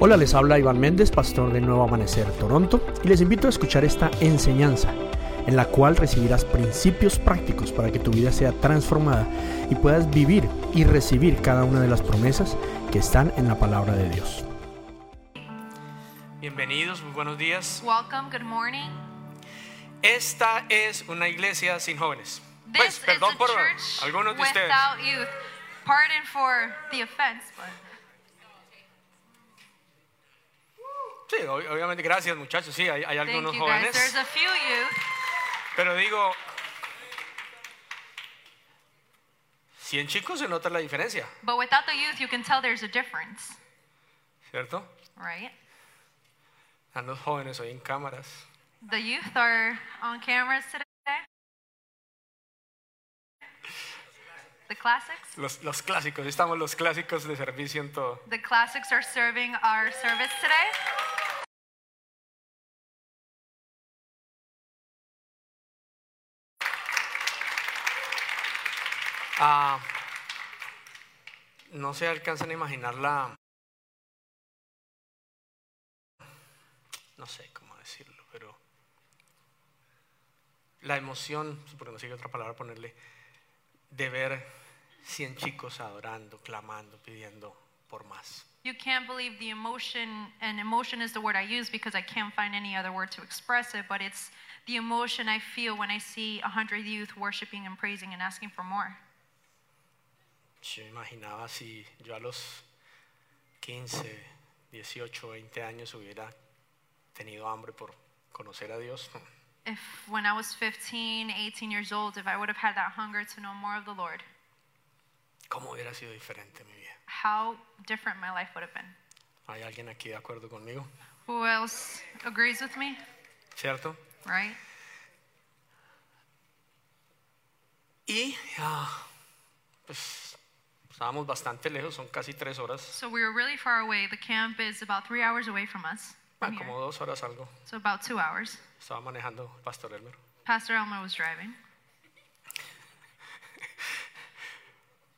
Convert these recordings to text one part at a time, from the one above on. Hola, les habla Iván Méndez, pastor de Nuevo Amanecer Toronto, y les invito a escuchar esta enseñanza en la cual recibirás principios prácticos para que tu vida sea transformada y puedas vivir y recibir cada una de las promesas que están en la palabra de Dios. Bienvenidos, muy buenos días. Welcome, good morning. Esta es una iglesia sin jóvenes. This Pues, perdón is a por church algunos de ustedes. without youth. Pardon for the offense, but Sí, ob- obviamente, gracias muchachos, sí, hay, hay thank algunos you guys. jóvenes. There's a few youth. Pero digo, 100 chicos se nota la diferencia, But without the youth, you can tell there's a difference, ¿cierto? right? Están los jóvenes hoy en cámaras. The youth are on cameras today. The classics? Los, los clásicos, estamos los clásicos de servicio en todo. The classics are serving our service today. Ah, no se alcanzan a imaginar la... No sé cómo decirlo, pero... La emoción, porque no sé qué otra palabra ponerle, de ver 100 chicos adorando, clamando, pidiendo por más. You can't believe the emotion, and emotion is the word I use because I can't find any other word to express it, but it's the emotion I feel when I see 100 youth worshiping and praising and asking for more. Yo me imaginaba si yo a los 15, 18, 20 años hubiera tenido hambre por conocer a Dios. If when I was 15, 18 years old, if I would have had that hunger to know more of the Lord, ¿Cómo hubiera sido diferente mi vida? how different my life would have been. ¿Hay alguien aquí de acuerdo conmigo? Who else agrees with me? ¿Cierto? Right? Y ah, pues estábamos bastante lejos, son casi tres horas, So we were really far away. The camp is about three hours away from us. ah, from here. como dos horas algo. So about two hours. Estaba manejando el Pastor Elmer. Pastor Elmer was driving.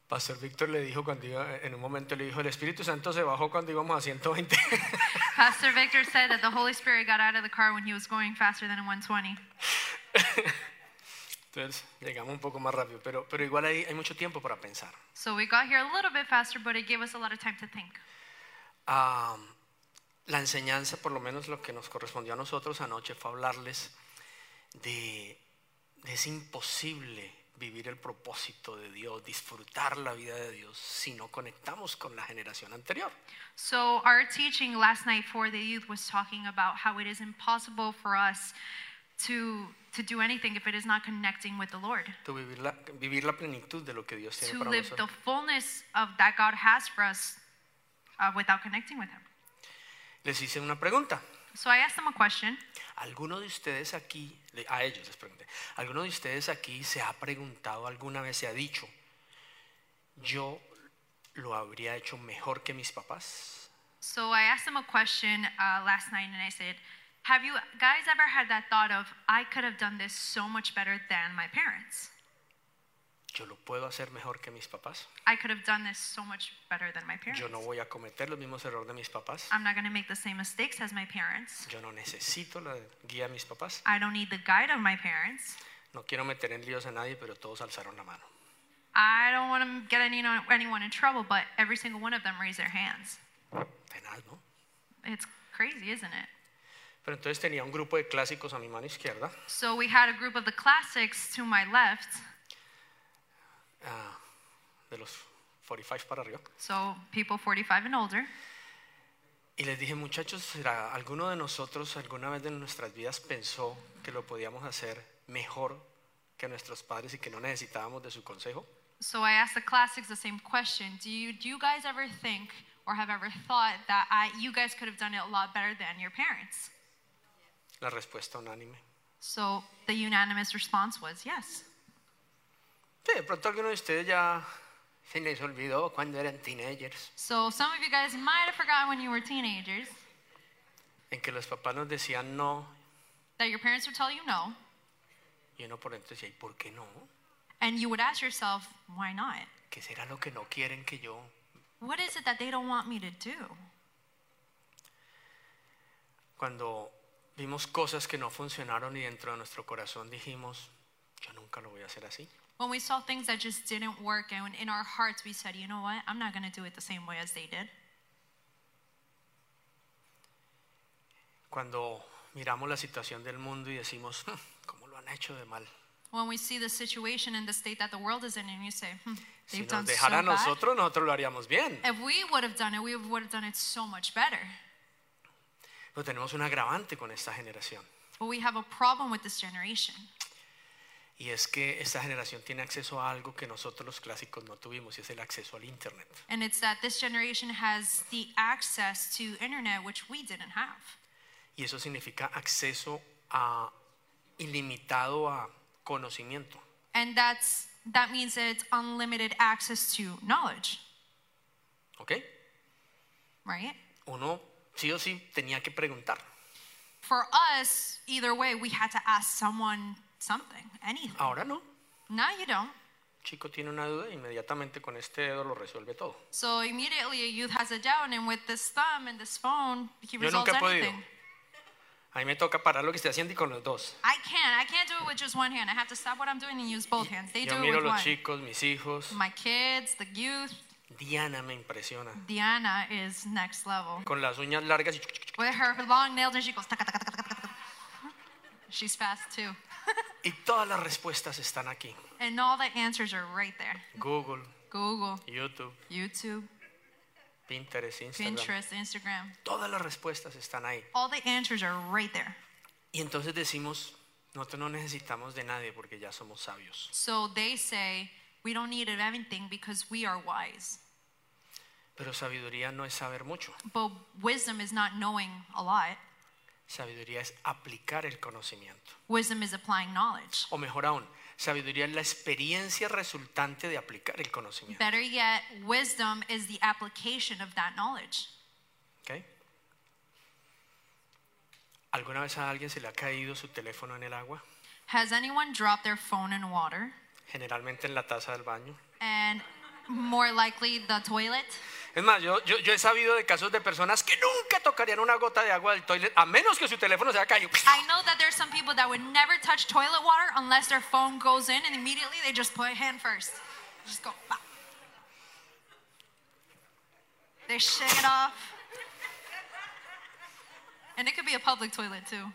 Pastor Víctor le dijo cuando iba, en un momento le dijo, el Espíritu Santo se bajó cuando íbamos a 120. Pastor Victor said that the Holy Spirit got out of the car when he was going faster than 120. Entonces llegamos un poco más rápido, pero, pero igual hay, hay mucho tiempo para pensar. So we got here a little bit faster, but it gave us a lot of time to think. Ah, la enseñanza, por lo menos lo que nos correspondió a nosotros anoche, fue hablarles de, de es imposible vivir el propósito de Dios, disfrutar la vida de Dios si no conectamos con la generación anterior. So our teaching last night for the youth was talking about how it is impossible for us to to do anything if it is not connecting with the Lord. To vivir, la, vivir la plenitud de lo que Dios tiene To para live the nosotros. fullness of that God has for us uh, without connecting with Him. Les hice una pregunta. So I asked them a question. ¿Alguno de ustedes aquí, le- a ellos les pregunté, ¿alguno de ustedes aquí se ha preguntado alguna vez, se ha dicho, yo lo habría hecho mejor que mis papás? So I asked them a question uh, last night, and I said, "Have you guys ever had that thought of I could have done this so much better than my parents? Yo lo puedo hacer mejor que mis papás. I could have done this so much better than my parents. Yo no voy a cometer los mismos errores de mis papás. I'm not going to make the same mistakes as my parents. Yo no necesito la guía de mis papás. I don't need the guide of my parents. No quiero meter en líos a nadie, pero todos alzaron la mano. I don't want to get any, anyone in trouble, but every single one of them raised their hands. Tenaz, ¿no? It's crazy, isn't it? Pero entonces tenía un grupo de clásicos a mi mano izquierda. So we had a group of the classics to my left, ah, de los 45 para arriba. so people 45 and older. Y les dije, muchachos, ¿será alguno de nosotros alguna vez de nuestras vidas pensó que lo podíamos hacer mejor que nuestros padres y que no necesitábamos de su consejo? So I asked the classics the same question. Do you do you guys ever think or have ever thought that I you guys could have done it a lot better than your parents? La respuesta unánime. So the unanimous response was yes. Sí, de pronto alguno de ustedes ya se les olvidó cuando eran teenagers, So some of you guys might have forgotten when you were teenagers en que los papás nos decían no, that your parents would tell you no, y uno por dentro decía, ¿y por qué no? and you would ask yourself, why not? ¿Qué será lo que no quieren que yo? What is it that they don't want me to do? cuando vimos cosas que no funcionaron y dentro de nuestro corazón dijimos, yo nunca lo voy a hacer así. When we saw things that just didn't work, and in our hearts we said, you know what, I'm not going to do it the same way as they did. Cuando miramos la situación del mundo y decimos, "Hmm, ¿cómo lo han hecho de mal? When we see the situation and the state that the world is in, and you say, hmm, Si they've nos done so dejara a bad. nosotros, nosotros lo haríamos bien. If we would have done it, we would have done it so much better. Pero tenemos un agravante con esta generación. But we have a problem with this generation. Y es que esta generación tiene acceso a algo que nosotros los clásicos no tuvimos, y es el acceso al Internet. And it's that this generation has the access to internet which we didn't have. Y eso significa acceso a ilimitado a conocimiento. And that's that means that it's unlimited access to knowledge, ¿Ok? right? Uno sí o sí tenía que preguntar. For us, either way, we had to ask someone something, anything. Ahora no. Now you don't. Chico tiene una duda, inmediatamente con este dedo lo resuelve todo. So immediately a youth has it down, and with this thumb and this phone, he Yo resolves nunca he podido. anything. A mí me toca parar lo que estoy haciendo y con los dos. I can't. I can't do it with just one hand. I have to stop what I'm doing and use both hands. They Yo do it miro with los one. chicos, mis hijos. My kids, the youth. Diana me impresiona. Diana is next level. Con las uñas largas y... With her long nails, and she goes. "Taka, taka, taka, taka, taka, taka." She's fast too, Y todas las respuestas están aquí. and all the answers are right there. Google, Google, YouTube, YouTube, Pinterest, Instagram. Pinterest, Instagram. Todas las respuestas están ahí. All the answers are right there. Y entonces decimos, nosotros no necesitamos de nadie porque ya somos sabios. So they say we don't need of anything because we are wise. Pero sabiduría no es saber mucho. But wisdom is not knowing a lot. Sabiduría es aplicar el conocimiento. Wisdom is applying knowledge. O mejor aún, sabiduría es la experiencia resultante de aplicar el conocimiento. Better yet, wisdom is the application of that knowledge. ¿ok? ¿Alguna vez a alguien se le ha caído su teléfono en el agua? Has anyone dropped their phone in water? Generalmente en la taza del baño. And more likely, the toilet. Es más, yo, yo, yo he sabido de casos de personas que nunca tocarían una gota de agua del toilet a menos que su teléfono se haya caído. I know that there's some people that would never touch toilet water unless their phone goes in, and immediately they just put hand first. Just go. "Bah." They shake it off. And it could be a public toilet too.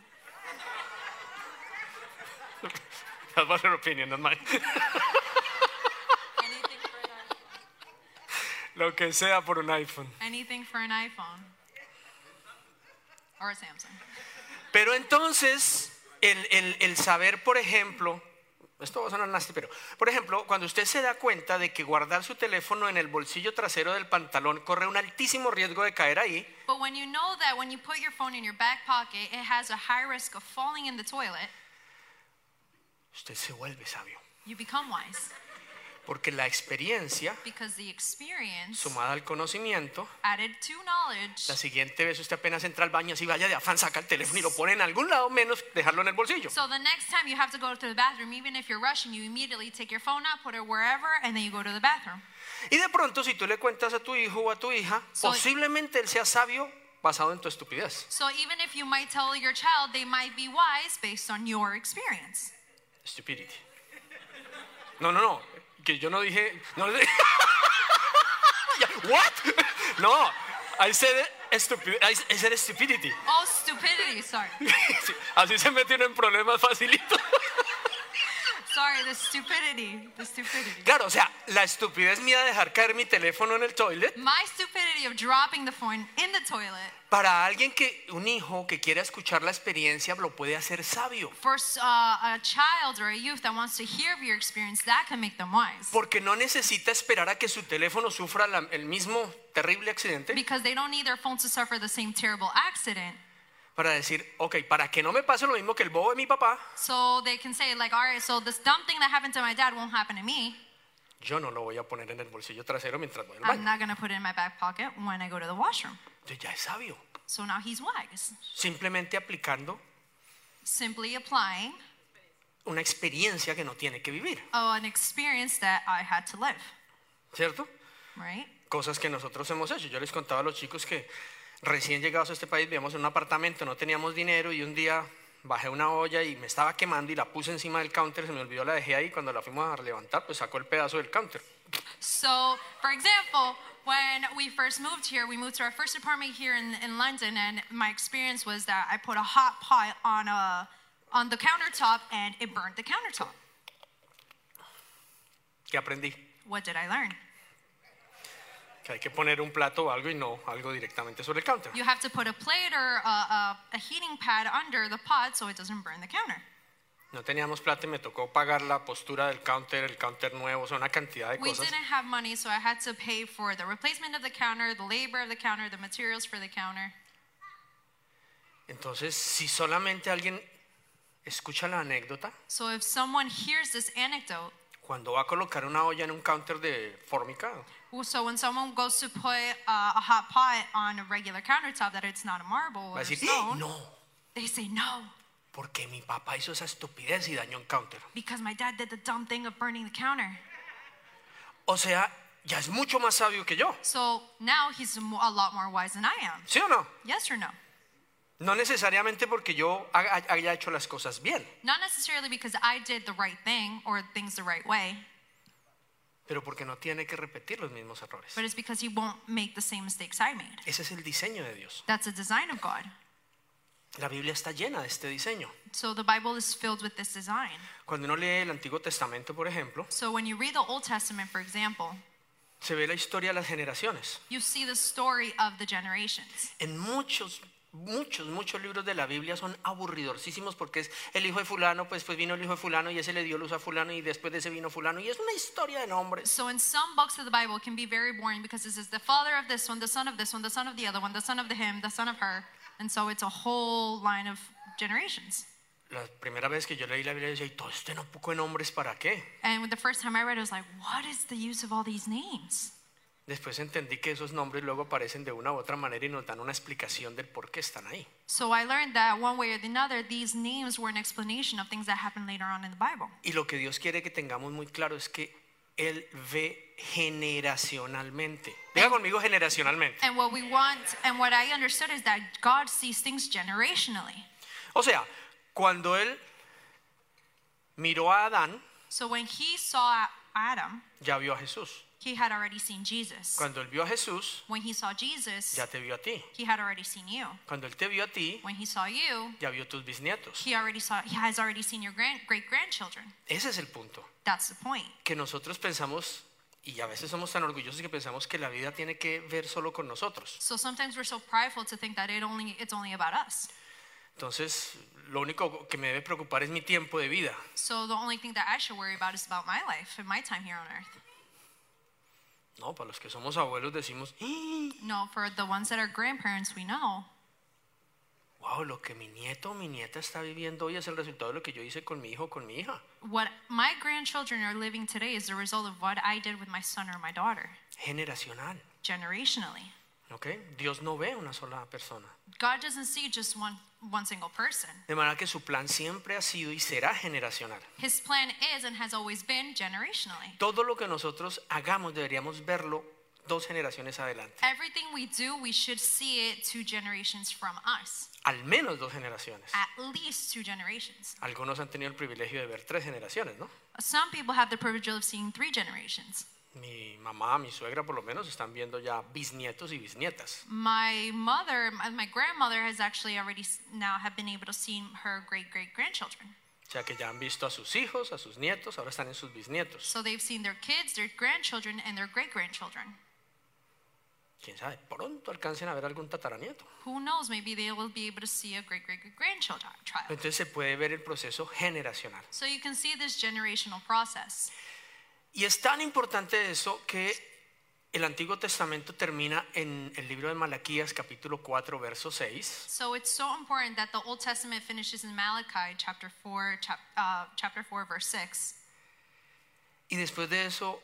That was her opinion, not mine. Anything for an iPhone. Lo que sea por un iPhone. Anything for an iPhone or a Samsung. Pero entonces, el, el- el saber, por ejemplo, esto va a sonar nasty, pero, por ejemplo, cuando usted se da cuenta de que guardar su teléfono en el bolsillo trasero del pantalón corre un altísimo riesgo de caer ahí, But when you know that when you put your phone in your back pocket, it has a high risk of falling in the toilet, usted se vuelve sabio. you become wise Porque la experiencia, because the experience sumada al conocimiento, added to knowledge. la siguiente vez usted apenas entra al baño, así vaya de afán, saca el teléfono y lo pone en algún lado menos dejarlo en el bolsillo. So the next time you have to go to the bathroom, even if you're rushing, you immediately take your phone out, put it wherever, and then you go to the bathroom. Y de pronto, si tú le cuentas a tu hijo o a tu hija, Soy- posiblemente él sea sabio basado en tu estupidez. So even if you might tell your child, they might be wise based on your experience. Stupidity. No, no, no. Que yo no dije. No, le- Ya, what? No. I said stupid. I I said stupidity. Oh, stupidity! Sorry, Sí, Así se meten en problemas facilito. sorry. The stupidity. The stupidity. Claro, o sea, la estupidez mía de dejar caer mi teléfono en el toilet My stupidity of dropping the phone in the toilet. para alguien que un hijo que quiera escuchar la experiencia lo puede hacer sabio, For uh, a child or a youth that wants to hear of your experience, that can make them wise. porque no necesita esperar a que su teléfono sufra la- el mismo terrible accidente Because they don't need their phone to suffer the same terrible accident. para decir, ok, para que no me pase lo mismo que el bobo de mi papá, So they can say, like, all right, so this dumb thing that happened to my dad won't happen to me. Yo no lo voy a poner en el bolsillo trasero mientras voy al I'm baño. not going to put it in my back pocket when I go to the washroom. Entonces ya es sabio. So now he's wise. Simplemente aplicando Simply applying una experiencia que no tiene que vivir, uh, an experience that I had to live, ¿cierto? right? Cosas que nosotros hemos hecho. Yo les contaba a los chicos que recién llegados a este país vivíamos en un apartamento, no teníamos dinero y un día bajé una olla y me estaba quemando y la puse encima del counter, se me olvidó, la dejé ahí, cuando la fuimos a levantar, pues sacó el pedazo del counter. So, for example, when we first moved here, we moved to our first apartment here in, in London, and my experience was that I put a hot pot on a on the countertop and it burned the countertop. ¿Qué aprendí? What did I learn? Que hay que poner un plato o algo y no algo directamente sobre el counter. You have to put a plate or a, a, a heating pad under the pot so it doesn't burn the counter. No teníamos plata y me tocó pagar la postura del counter, el counter nuevo, o sea, una cantidad de We cosas. didn't have money, so I had to pay for the replacement of the counter, the labor of the counter, the materials for the counter. Entonces, si solamente alguien escucha la anécdota, So if someone hears this anecdote, cuando va a colocar una olla en un counter de formicado, well, so when someone goes to put uh, a hot pot on a regular countertop that it's not a marble va or a decir, "¡Ah! stone, no, they say no porque mi papá hizo esa estupidez y dañó un counter. because my dad did the dumb thing of burning the counter. O sea, ya es mucho más sabio que yo, So now he's mo- a lot more wise than I am. ¿sí o no? Yes or no? No necesariamente porque yo haga- haya hecho las cosas bien, Not necessarily because I did the right thing or things the right way, pero porque no tiene que repetir los mismos errores. but it's because he won't make the same mistakes I made. Ese es el diseño de Dios. That's the design of God. La Biblia está llena de este diseño. So the Bible is filled with this design. Cuando uno lee el Antiguo Testamento, por ejemplo, So when you read the Old Testament, for example, se ve la historia de las generaciones. you see the story of the generations. En muchos, muchos, muchos libros de la Biblia son aburridorcísimos porque es el hijo de fulano, pues, pues vino el hijo de fulano y ese le dio luz a fulano y después de ese vino fulano y es una historia de nombres. So in some books of the Bible, it can be very boring because this is the father of this one, the son of this one, the son of the other one, the son of the him, the son of her, and so it's a whole line of generations. La primera vez que yo leí la Biblia decía, ¿y todo este no poco de nombres para qué? And the first time I read it, I was like, what is the use of all these names? Después entendí que esos nombres luego aparecen de una u otra manera y nos dan una explicación del por qué están ahí. So I learned that one way or the other, these names were an explanation of things that happened later on in the Bible. Y lo que Dios quiere que tengamos muy claro es que Él ve generacionalmente. Diga conmigo generacionalmente. And what we want, and what I understood is that God sees things generationally. O sea, cuando Él miró a Adán, So when he saw Adam, ya vio a Jesús. he had already seen Jesus. Cuando Él vio a Jesús, When he saw Jesus, ya te vio a ti. he had already seen you. Cuando Él te vio a ti, When he saw you, ya vio tus bisnietos. he already saw he has already seen your grand, great grandchildren. Ese es el punto. That's the point. Que nosotros pensamos, y a veces somos tan orgullosos que pensamos que la vida tiene que ver solo con nosotros. So sometimes we're so prideful to think that it only it's only about us. Entonces, lo único que me debe preocupar es mi tiempo de vida. So the only thing that I should worry about is about my life and my time here on earth. No, para los que somos abuelos decimos, "¡Ah! "Ih, No, for the ones that are grandparents, we know. wow, lo que mi nieto o mi nieta está viviendo hoy es el resultado de lo que yo hice con mi hijo o con mi hija. What my grandchildren are living today is the result of what I did with my son or my daughter, Generacional. generationally. ¿ok? Dios no ve a una sola persona. God doesn't see just one one single person. De manera que su plan siempre ha sido y será generacional. His plan is and has always been generationally. Todo lo que nosotros hagamos deberíamos verlo dos generaciones adelante. Everything we do, we should see it two generations from us. Al menos dos generaciones. At least two generations. Algunos han tenido el privilegio de ver tres generaciones, ¿no? Some people have the privilege of seeing three generations. Mi mamá, mi suegra por lo menos están viendo ya bisnietos y bisnietas. My mother, my my grandmother has actually already s- now have been able to see her great great grandchildren. O sea que ya han visto a sus hijos, a sus nietos, ahora están en sus bisnietos. So they've seen their kids, their grandchildren, and their great grandchildren. quién sabe, pronto alcancen a ver algún tataranieto. Who knows? Maybe they will be able to see a great great great grandchild child. Entonces se puede ver el proceso generacional. So you can see this generational process. Y es tan importante eso que el Antiguo Testamento termina en el libro de Malaquías capítulo 4 verso 6 So it's so important that the Old Testament finishes in Malachi chapter 4, chap, uh, chapter 4, verse 6. y después de eso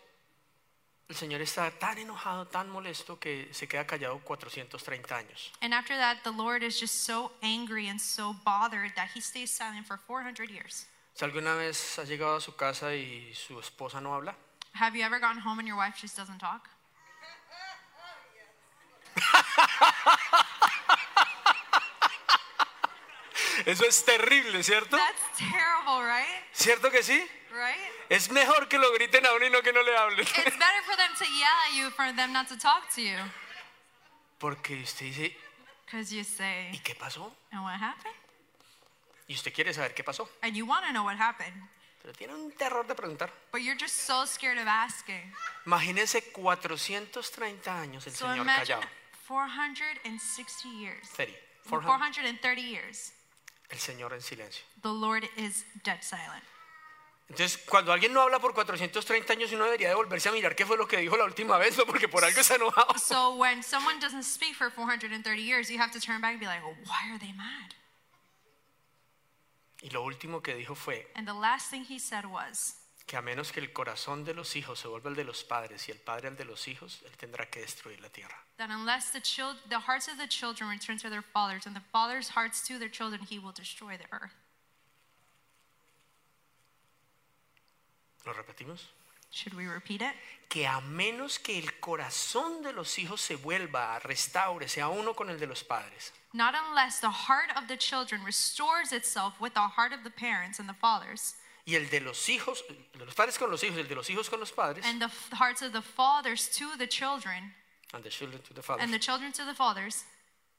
el Señor está tan enojado, tan molesto que se queda callado 430 años. And after that, the Lord is just so angry and so bothered that he stays silent for 400 years. Si alguna vez ha llegado a su casa y su esposa no habla, Have you ever gone home and your wife just doesn't talk? Eso es terrible, ¿cierto? That's terrible, right? ¿Cierto que sí? Right? Es mejor que lo griten a uno y no que no le hablen. It's better for them to yell at you for them not to talk to you. Porque usted dice, Because you ¿y say, qué pasó? and what happened? Y usted quiere saber qué pasó. And you want to know what happened, Pero tiene un terror de preguntar. but you're just so scared of asking. Imagínense 430 años el So señor imagine callado. 460 years. 30, 400, 430 years. el señor en silencio. The Lord is dead silent. Entonces, cuando alguien no habla por 430 años, uno debería devolverse a mirar qué fue lo que dijo la última vez, ¿no? porque por algo está enojado. So when someone doesn't speak for 430 years, you have to turn back and be like, well, why are they mad? Y lo último que dijo fue And the last thing he said was, que a menos que el corazón de los hijos se vuelva el de los padres y el padre el de los hijos, él tendrá que destruir la tierra. that unless the, child, the hearts of the children return to their fathers and the fathers' hearts to their children, he will destroy the earth. ¿Lo repetimos? Should we repeat it? Que a menos que el corazón de los hijos se vuelva, restaure, sea uno con el de los padres, Not unless the heart of the children restores itself with the heart of the parents and the fathers, y el de los hijos, el de los padres con los hijos, el de los hijos con los padres, and the f- hearts of the fathers to the children, and the children to the father. and the children to the fathers.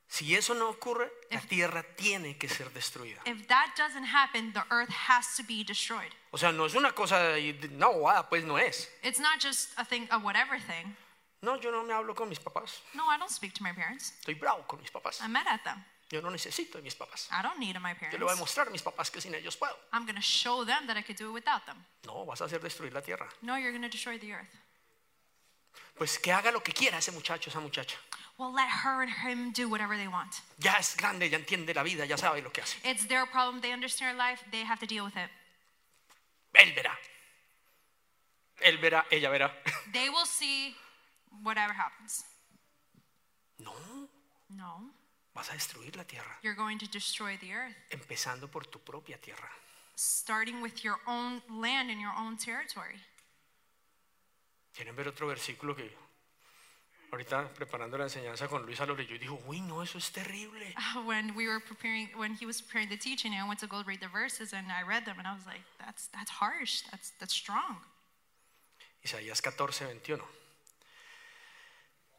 Si eso no ocurre, la tierra tiene que ser destruida. If that doesn't happen, the earth has to be destroyed. O sea, no es una cosa, y de- no, bobada, pues no es. It's not just a thing of whatever thing. No, yo no me hablo con mis papás. No, I don't speak to my parents. Estoy bravo con mis papás. I'm mad at them. Yo no necesito de mis papás. I don't need my Yo le voy a parents. mostrar a mis papás que sin ellos puedo. I'm going to show them that I could do it without them. No, vas a hacer destruir la tierra. No, you're going to destroy the earth. Pues que haga lo que quiera ese muchacho, esa muchacha. Well, let her and him do whatever they want. Ya es grande, ya entiende la vida, ya sabe lo que hace. It's their problem. They understand life. They have to deal with it. Él verá. Él verá, ella verá. They will see whatever happens. No, No, vas a destruir la tierra. you're going to destroy the earth, Empezando por tu propia tierra. starting with your own land and your own territory. ¿Quieren ver otro versículo que ahorita preparando la enseñanza con Luis Alorillo y dijo, uy, no, eso es terrible. When we were preparing, when he was preparing the teaching, I went to go read the verses and I read them and I was like, that's that's harsh. That's that's strong. Isaías 14, 21.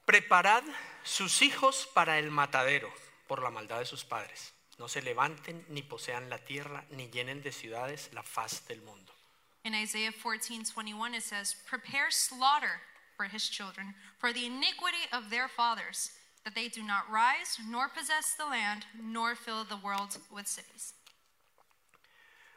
Preparad sus hijos para el matadero por la maldad de sus padres. No se levanten ni posean la tierra ni llenen de ciudades la faz del mundo. In Isaiah 14, 21, it says, Prepare slaughter for his children, for the iniquity of their fathers, that they do not rise, nor possess the land, nor fill the world with cities.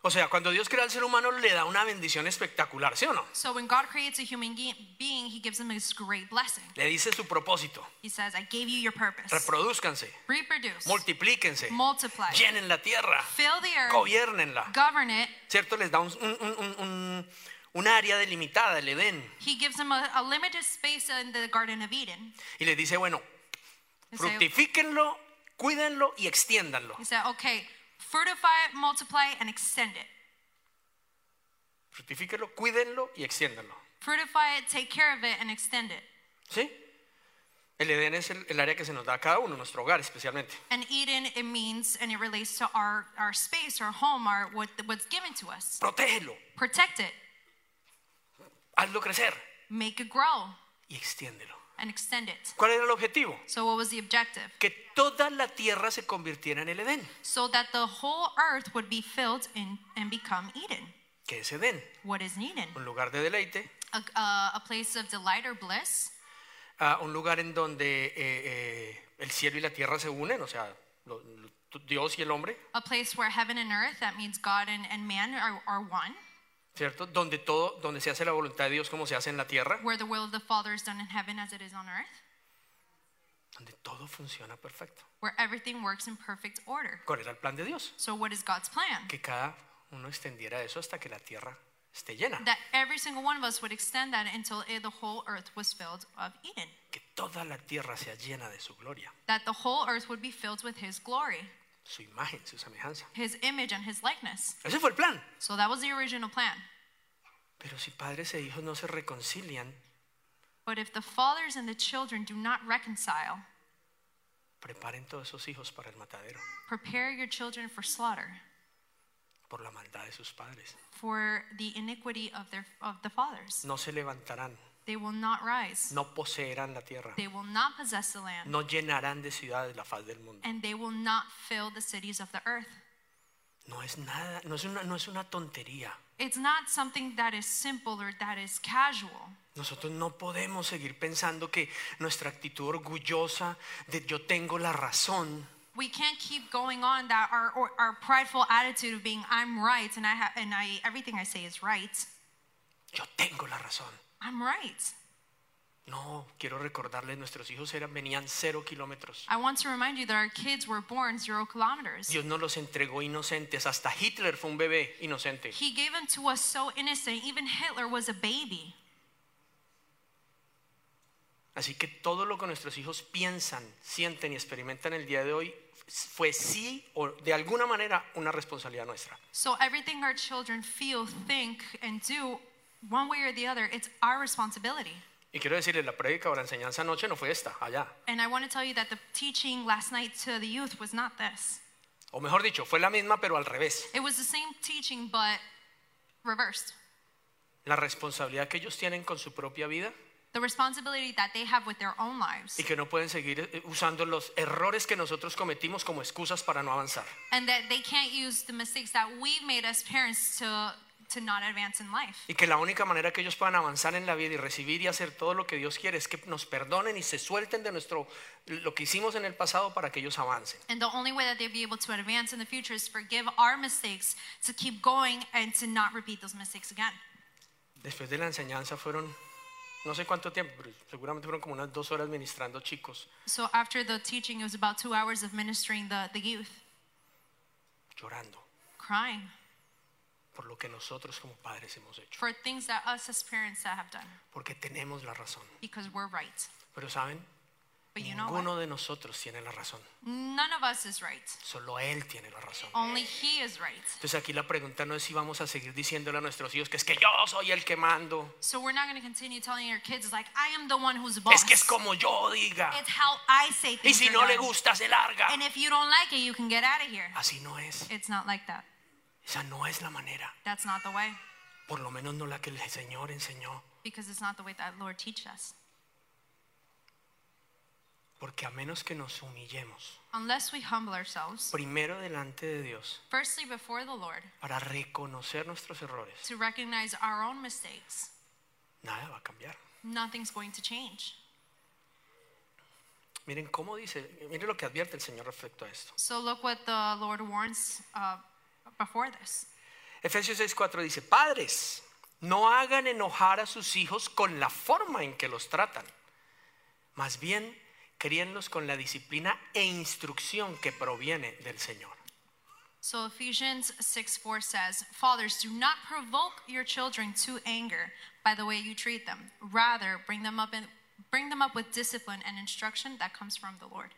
O sea, cuando Dios crea al ser humano le da una bendición espectacular, ¿sí o no? So when God creates a human ge- being, he gives him this great blessing. Le dice su propósito. He says, I gave you your purpose. Reproduzcanse, Reproduce, multiplíquense, multiply, llenen la tierra, fill the earth, gobiernenla. govern it. ¿Cierto? Les da un, un- un- un- un área delimitada, el Edén. He gives them a, a limited space in the Garden of Eden. Y les dice, bueno, And so- fructifíquenlo, cuídenlo y extiéndanlo. he said, Okay, fructify it, multiply, it, and extend it. Fructifíquenlo, cuídenlo y extiéndanlo. Fructify it, take care of it, and extend it. ¿Sí? El Edén es el, el área que se nos da a cada uno, nuestro hogar especialmente. And Eden, it means, and it relates to our, our space, our home, our what, what's given to us. Protégelo, Protect it, hazlo crecer make it grow, y extiéndelo. and extend it. ¿Cuál era el objetivo? So, what was the objective? Que toda la tierra se convirtiera en el Edén. So that the whole earth would be filled in and become Eden. ¿Qué es Edén? What is Eden? Un lugar de deleite, A, a, a place of delight or bliss, a un lugar en donde eh, eh, el cielo y la tierra se unen, o sea, lo- lo- Dios y el hombre, a place where heaven and earth, that means God and, and man, are, are one, ¿cierto? Donde todo, donde se hace la voluntad de Dios como se hace en la tierra, where the will of the Father is done in heaven as it is on earth, donde todo funciona perfecto. where everything works in perfect order. ¿Cuál era el plan de Dios? So, what is God's plan? Que cada uno extendiera eso hasta que la tierra esté llena, that every single one of us would extend that until it, the whole earth was filled of Eden, que toda la tierra sea llena de su gloria, that the whole earth would be filled with His glory, su imagen, su semejanza. His image, and His likeness. Ese fue el plan. So that was the original plan. Pero si padres e hijos no se reconcilian, But if the fathers and the children do not reconcile, preparen todos esos hijos para el matadero Prepare your children for slaughter, por la maldad de sus padres. for the iniquity of, their, of the fathers. No se levantarán, They will not rise, no poseerán la tierra, they will not possess the land, no llenarán de ciudades la faz del mundo. and they will not fill the cities of the earth. No es nada, no es una, no es una tontería. It's not something that is simple or that is casual. Nosotros no podemos seguir pensando que nuestra actitud orgullosa de yo tengo la razón We can't keep going on that our, or, our prideful attitude of being I'm right and I have and I everything I say is right. Yo tengo la razón. I'm right. No, quiero recordarles, nuestros hijos eran, venían cero kilómetros. I want to remind you that our kids were born zero kilometers. Dios nos los entregó inocentes. Hasta Hitler fue un bebé inocente. He gave them to us so innocent. Even Hitler was a baby. Así que todo lo que nuestros hijos piensan, sienten y experimentan el día de hoy fue sí o de alguna manera una responsabilidad nuestra. So everything our children feel, think, and do, one way or the other, it's our responsibility. Y quiero decirles, la prédica o la enseñanza anoche no fue esta, allá. And I want to tell you that the teaching last night to the youth was not this. O mejor dicho, fue la misma pero al revés. It was the same teaching but reversed. La responsabilidad que ellos tienen con su propia vida The responsibility that they have with their own lives. y que no pueden seguir eh, usando los errores que nosotros cometimos como excusas para no avanzar. and that they can't use the mistakes that we made as parents to to not advance in life Y que la única manera que ellos puedan avanzar en la vida y recibir y hacer todo lo que Dios quiere es que nos perdonen y se suelten de nuestro lo que hicimos en el pasado para que ellos avancen. and the only way that they'll be able to advance in the future is forgive our mistakes to keep going and to not repeat those mistakes again Después de la enseñanza fueron no sé cuánto tiempo, pero seguramente fueron como unas dos horas ministrando chicos, so after the teaching it was about two hours of ministering the, the youth llorando crying por lo que nosotros como padres hemos hecho, for things that us as parents that have done porque tenemos la razón. because we're right Pero saben, but you know what? ninguno de nosotros tiene la razón, none of us is right solo él tiene la razón. only he is right Entonces aquí la pregunta no es si vamos a seguir diciéndole a nuestros hijos que es que yo soy el que mando, so we're not going to continue telling your kids like i am the one who's the boss es que es como yo diga. it's how i say Y things si are no le done. gusta, se larga. And if you don't like it, you can get out of here. Así no es. It's not like that. Esa no es la manera. That's not the way Por lo menos no la que el Señor enseñó. because it's not the way that Lord teaches us. Porque a menos que nos humillemos, Unless we humble ourselves, primero delante de Dios, firstly before the Lord, para reconocer nuestros errores, to recognize our own mistakes, nada va a cambiar. nothing's going to change. Miren cómo dice, miren lo que advierte el Señor respecto a esto. So look what the Lord warns uh, before this. Efesios 6:4 dice, padres, no hagan enojar a sus hijos con la forma en que los tratan. Más bien, críenlos con la disciplina e instrucción que proviene del Señor. So Ephesians 6 4 says, Fathers, do not provoke your children to anger by the way you treat them. Rather, bring them up, in, bring them up with discipline and instruction that comes from the Lord.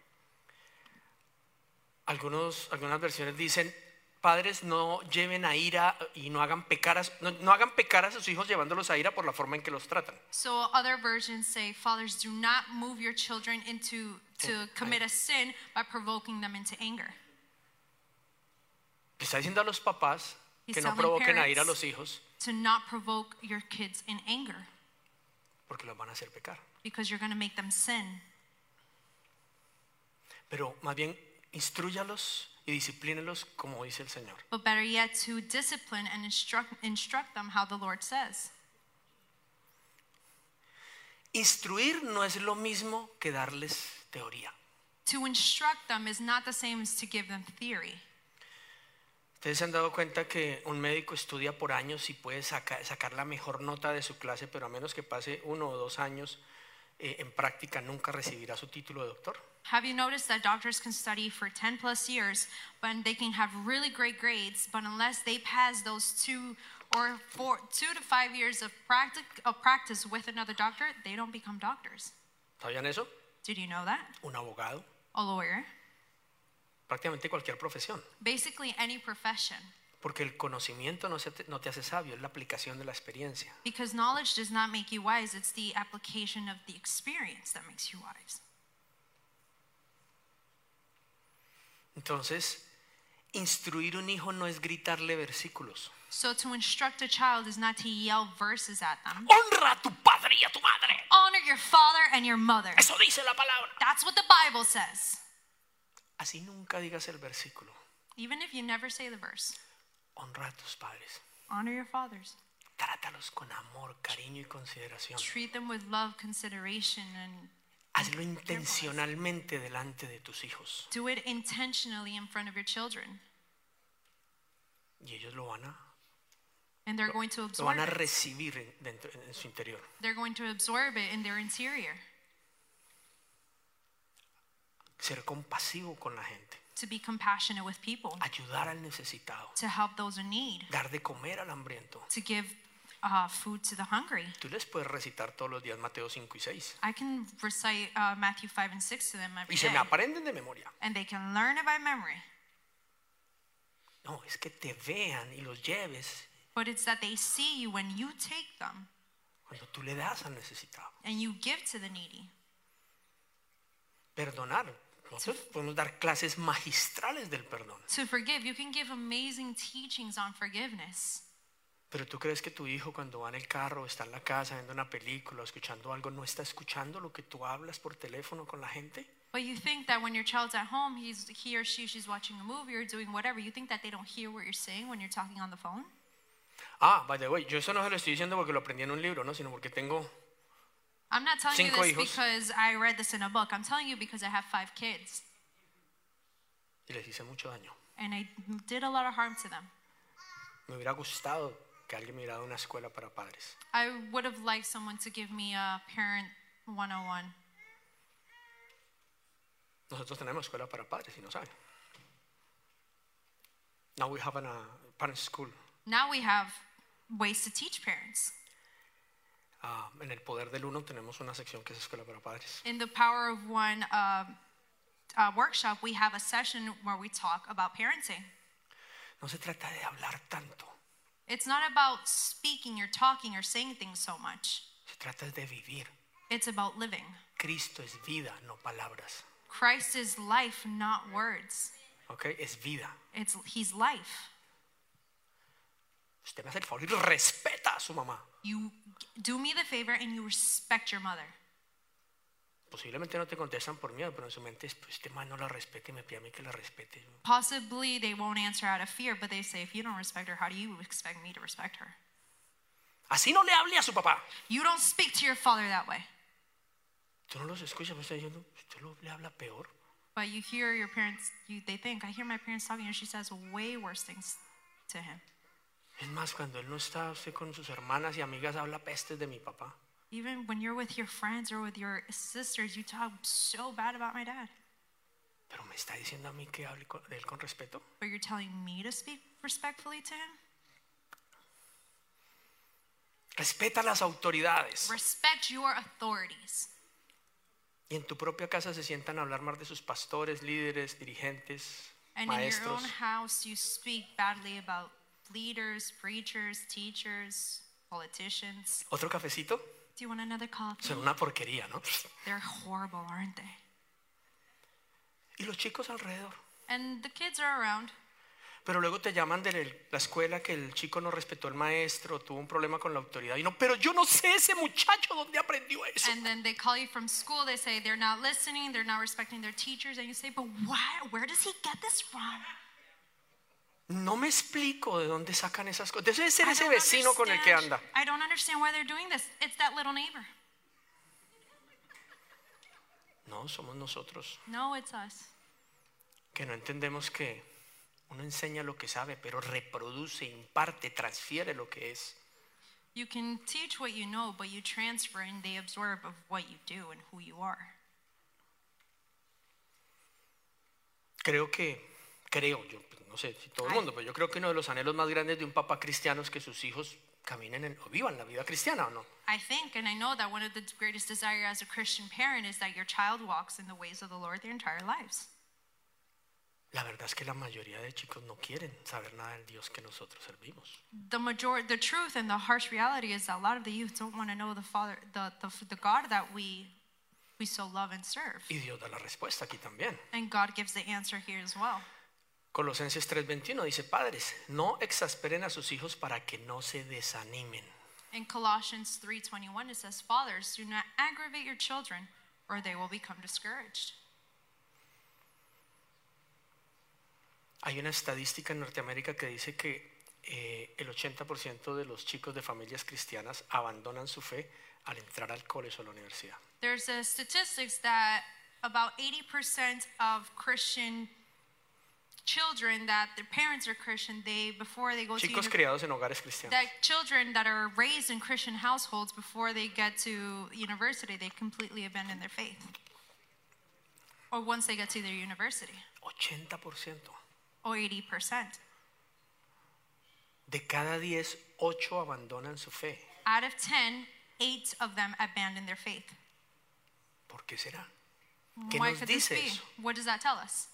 Algunos, algunas versiones dicen, padres no lleven a ira y no hagan pecar a, no, no hagan pecar a sus hijos llevándolos a ira por la forma en que los tratan. So other versions say, "Fathers, do not move your children into to commit a sin by provoking them into anger." Le está diciendo a los papás He's que no telling provoquen a ira a parents. los hijos To not provoke your kids in anger porque los van a hacer pecar. because you're going to make them sin. Pero más bien, instruyalos y disciplínelos como dice el Señor. But better yet, to discipline and instruct instruct them how the Lord says. Instruir no es lo mismo que darles teoría. To instruct them is not the same as to give them theory. Ustedes se han dado cuenta que un médico estudia por años y puede saca- sacar la mejor nota de su clase, pero a menos que pase uno o dos años eh, en práctica nunca recibirá su título de doctor. Have you noticed that doctors can study for 10 plus years, but they can have really great grades, but unless they pass those two or four, two to five years of practice, of practice with another doctor, they don't become doctors. ¿Sabían eso? Did you know that? Un abogado, A lawyer, prácticamente cualquier profesión, basically any profession, porque el conocimiento no, se te, no te hace sabio, es la aplicación de la experiencia. because knowledge does not make you wise, it's the application of the experience that makes you wise. Entonces, instruir un hijo no es gritarle versículos. So to instruct a child is not to yell verses at them. Honra a tu padre y a tu madre. Honor your father and your mother. Eso dice la palabra. That's what the Bible says. Así nunca digas el versículo. Even if you never say the verse, Honra a tus padres. honor your fathers. Trátalos con amor, cariño y consideración. Treat them with love, consideration, and Hazlo intencionalmente delante de tus hijos. do it intentionally in front of your children. Y ellos lo van a, And they're going to lo absorb van a it. recibir en, dentro- en su interior. They're going to absorb it in their interior. Ser compasivo con la gente. To be compassionate with people, Ayudar al necesitado. to help those in need, Dar de comer al hambriento. to give uh, food to the hungry. Tú les puedes recitar todos los días Mateo 5 y 6. I can recite uh, Matthew 5 and 6 to them every Y se day, me aprenden de memoria. and they can learn it by memory. No, es que te vean y los lleves But it's that they see you when you take them cuando tú le das al necesitado. and you give to the needy. Perdonar. Nosotros podemos dar clases magistrales del perdón. To forgive, you can give amazing teachings on forgiveness. Pero tú crees que tu hijo cuando va en el carro, está en la casa viendo una película, o escuchando algo, no está escuchando lo que tú hablas por teléfono con la gente? But you think that when your child's at home, he's he or she she's watching a movie or doing whatever. You think that they don't hear what you're saying when you're talking on the phone? Ah, by the way, yo eso no se lo estoy diciendo porque lo aprendí en un libro, no, sino porque tengo I'm not telling you Cinco this hijos. because I read this in a book. I'm telling you because I have five kids y les hice mucho daño. and I did a lot of harm to them. Me hubiera gustado que alguien me hubiera dado una escuela para padres. I would have liked someone to give me a parent 101. Nosotros tenemos escuela para padres y no saben. Now we have an, uh, parent school Now we have ways to teach parents. Ah, en el poder del uno tenemos una sección que es escuela para padres. In the Power of One um uh, workshop, we have a session where we talk about parenting. No se trata de hablar tanto, It's not about speaking or talking or saying things so much, se trata de vivir. it's about living. Cristo es vida, no palabras. Christ is life, not words. ¿Ok? Es vida. It's, he's life. Usted me hace el favor y respeta a su mamá. You do me the favor and you respect your mother. Posiblemente no te contestan por miedo, pero en su mente es, pues este man no la respete y me pide a mí que la respete. Possibly they won't answer out of fear, but they say, if you don't respect her, how do you expect me to respect her? Así no le hable a su papá. You don't speak to your father that way. Tú no los escuchas, me está diciendo, usted lo- le habla peor. But you hear your parents, you, they think, I hear my parents talking, and she says way worse things to him. Es más, cuando él no está, usted con sus hermanas y amigas habla pestes de mi papá. Even when you're with your friends or with your sisters, you talk so bad about my dad. Pero me está diciendo a mí que hable con- de él con respeto. But you're telling me to speak respectfully to him? Respeta las autoridades. Respect your authorities. Y en tu propia casa se sientan a hablar más de sus pastores, líderes, dirigentes, And in your maestros. own house, you speak badly about leaders, preachers, teachers, politicians. ¿Otro cafecito? Do you want another coffee? Son una porquería, ¿no? They're horrible, aren't they? Y los chicos alrededor. And the kids are around. Pero luego te llaman de la escuela que el chico no respetó al maestro, tuvo un problema con la autoridad. Y no, pero yo no sé ese muchacho dónde aprendió eso. And then they call you from school. They say they're not listening, they're not respecting their teachers. And you say, but why? Where does he get this from? No me explico de dónde sacan esas cosas. Debe ser I ese don't vecino con el que understand- anda. I don't understand why they're doing this. It's that little neighbor. No, somos nosotros No, it's us. que no entendemos que uno enseña lo que sabe, pero reproduce, imparte, transfiere lo que es. You can teach what you know, but you transfer and they absorb of what you do and who you are. Creo que, creo, yo pues, no sé si todo el Ay. mundo, pero yo creo que uno de los anhelos más grandes de un papá cristiano es que sus hijos caminen en- o vivan la vida cristiana, ¿o no? I think and I know that one of the greatest desire as a Christian parent is that your child walks in the ways of the Lord their entire lives. La verdad es que la mayoría de chicos no quieren saber nada del Dios que nosotros servimos. The major the truth and the harsh reality is that a lot of the youth don't want to know the father the, the, the God that we we so love and serve. Y Dios da la respuesta aquí también. And God gives the answer here as well. Colosenses 3:21 dice, padres, no exasperen a sus hijos para que no se desanimen. In Colossians 3:21 it says, "Fathers, do not aggravate your children, or they will become discouraged." Hay una estadística en Norteamérica que dice que eh, el 80% de los chicos de familias cristianas abandonan su fe al entrar al colegio o la universidad. There's a statistics that about 80% of Christian children that their parents are Christian, they before they go to Chicos uni- criados en hogares cristianos. that children that are raised in Christian households before they get to university, they completely abandon their faith. Or once they get to their university, 80%. or 80%. De cada 10, 8 abandonan su fe. Out of 10, 8 of them abandon their faith. ¿Por qué será? ¿Qué Why nos could this dice be? eso? What does that tell us?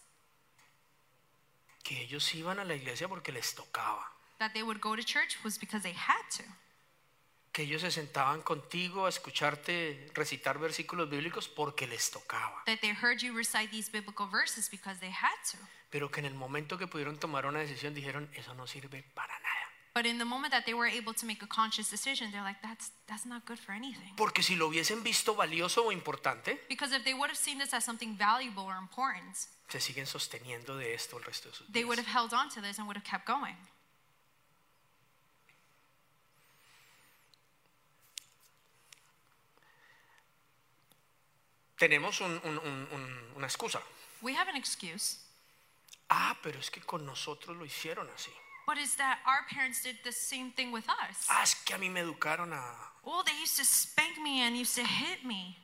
Que ellos iban a la iglesia porque les tocaba. That they would go to church was because they had to. Que ellos se sentaban contigo a escucharte recitar versículos bíblicos porque les tocaba. That they heard you recite these biblical verses because they had to. Pero que en el momento que pudieron tomar una decisión dijeron, eso no sirve para nada. But in the moment that they were able to make a conscious decision, they're like, that's, that's not good for anything. Porque si lo hubiesen visto valioso o importante, Because if they would have seen this as something valuable or important, se siguen sosteniendo de esto el resto de sus they would vidas. have held on to this and would have kept going. Tenemos un- un- un- un- una excusa. We have an excuse, Ah, pero es que con nosotros lo hicieron así. but it's that our parents did the same thing with us. Ah, es que a mí me educaron a... Oh, they used to spank me and used to hit me.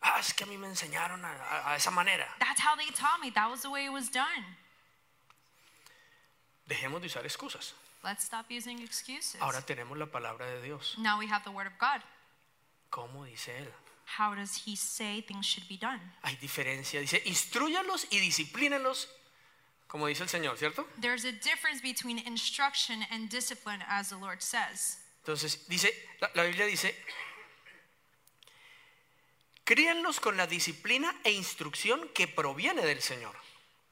Ah, es que a mí me enseñaron a, a- a esa manera. That's how they taught me. That was the way it was done. Dejemos de usar excusas. Let's stop using excuses. Ahora tenemos la palabra de Dios. Now we have the Word of God. ¿Cómo dice Él? How does He say things should be done? Hay diferencia. Dice, instruyalos y disciplínalos, como dice el Señor, ¿cierto? There's a difference between instruction and discipline, as the Lord says. Entonces, dice, la, la Biblia dice, críanlos con la disciplina e instrucción que proviene del Señor.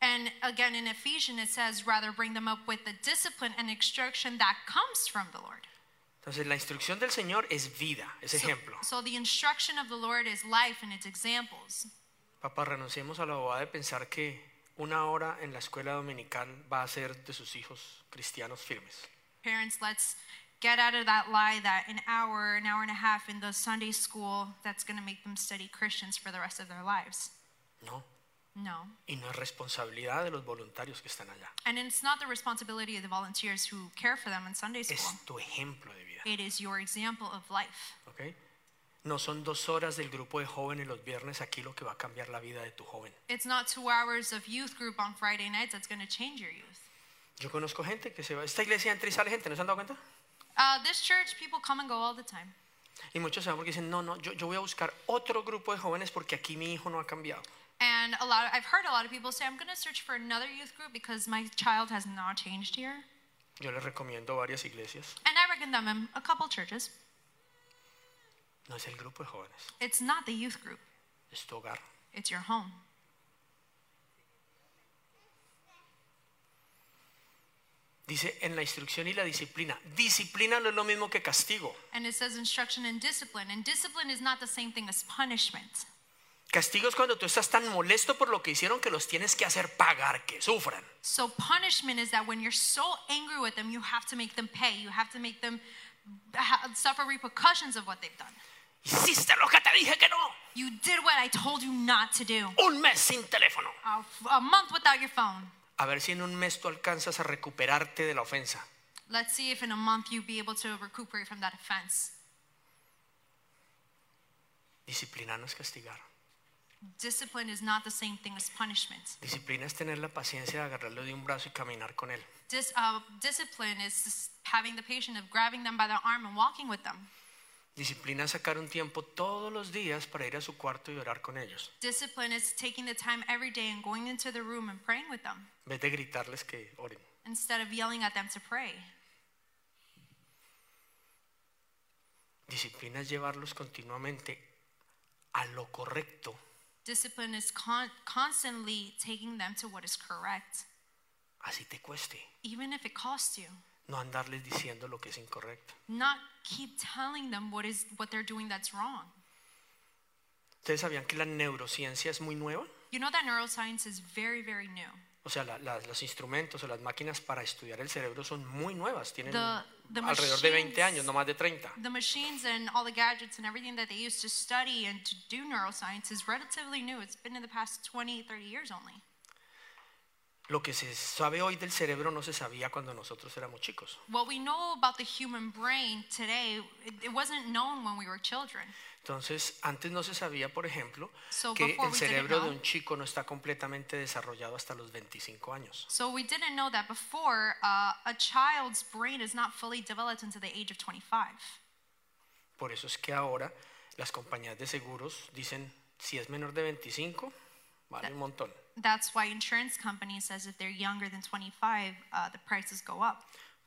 And again in Ephesians, it says, rather bring them up with the discipline and instruction that comes from the Lord. Entonces, la instrucción del Señor es vida, es ejemplo. So the instruction of the Lord is life and its examples. Papá, renunciemos a la bobada de pensar que una hora en la escuela dominical va a hacer de sus hijos cristianos firmes. Parents, let's get out of that lie that an hour, an hour and a half in the Sunday school, that's going to make them study Christians for the rest of their lives. No, No. y no es responsabilidad de los voluntarios que están allá. And it's not the responsibility of the volunteers who care for them in Sunday school. Es tu ejemplo de vida. It is your example of life. ¿ok? No son dos horas del grupo de jóvenes los viernes aquí lo que va a cambiar la vida de tu joven. It's not two hours of youth group on Friday nights that's going to change your youth. Yo conozco gente que se va. Esta iglesia entra y sale gente, ¿no se han dado cuenta? Uh, this church, people come and go all the time. Y muchos se van porque dicen, no, no, yo, yo voy a buscar otro grupo de jóvenes porque aquí mi hijo no ha cambiado. And a lot, I've heard a lot of people say, I'm going to search for another youth group because my child has not changed here. Yo les recomiendo varias iglesias. And I recommend them a couple churches. No es el grupo de jóvenes, It's not the youth group, es tu hogar. it's your home. Dice en la instrucción y la disciplina. Disciplina no es lo mismo que castigo. And it says instruction and discipline. And discipline is not the same thing as punishment. Castigo es cuando tú estás tan molesto por lo que hicieron que los tienes que hacer pagar, que sufran. So punishment is that when you're so angry with them, you have to make them pay. You have to make them ha- suffer repercussions of what they've done. Hiciste lo que te dije que no. You did what I told you not to do. Un mes sin teléfono. A, f- a month without your phone. A ver si en un mes tú alcanzas a recuperarte de la ofensa. Let's see if in a month you'll be able to recuperate from that offense. Disciplina no es castigar. Discipline is not the same thing as punishment. Disciplina es tener la paciencia de agarrarlo de un brazo y caminar con él. Dis, uh, discipline is just having the patience of grabbing them by the arm and walking with them. Disciplina es sacar un tiempo todos los días para ir a su cuarto y orar con ellos. Discipline is taking the time every day and going into the room and praying with them En vez de gritarles que oren. instead of yelling at them to pray. Disciplina es llevarlos continuamente a lo correcto, Discipline is con- constantly taking them to what is correct, así te cueste. even if it costs you. No andarles diciendo lo que es incorrecto. Not keep telling them what is what they're doing that's wrong. ¿Ustedes sabían que la neurociencia es muy nueva? You know that neuroscience is very, very new. O sea, la- la- los instrumentos o las máquinas para estudiar el cerebro son muy nuevas. Tienen The- the alrededor de 20 machines- años, no más de 30. The machines and all the gadgets and everything that they use to study and to do neuroscience is relatively new. It's been in the past 20, 30 years only. Lo que se sabe hoy del cerebro no se sabía cuando nosotros éramos chicos. What we know about the human brain today, it, it wasn't known when we were children. Entonces, antes no se sabía, por ejemplo, So que before el we didn't cerebro de know. un chico no está completamente desarrollado hasta los 25 años. So we didn't know that before. Uh, a child's brain is not fully developed until the age of 25. Por eso es que ahora las compañías de seguros dicen, si es menor de 25, vale un montón. That's why insurance company says if they're younger than 25, uh, the prices go up.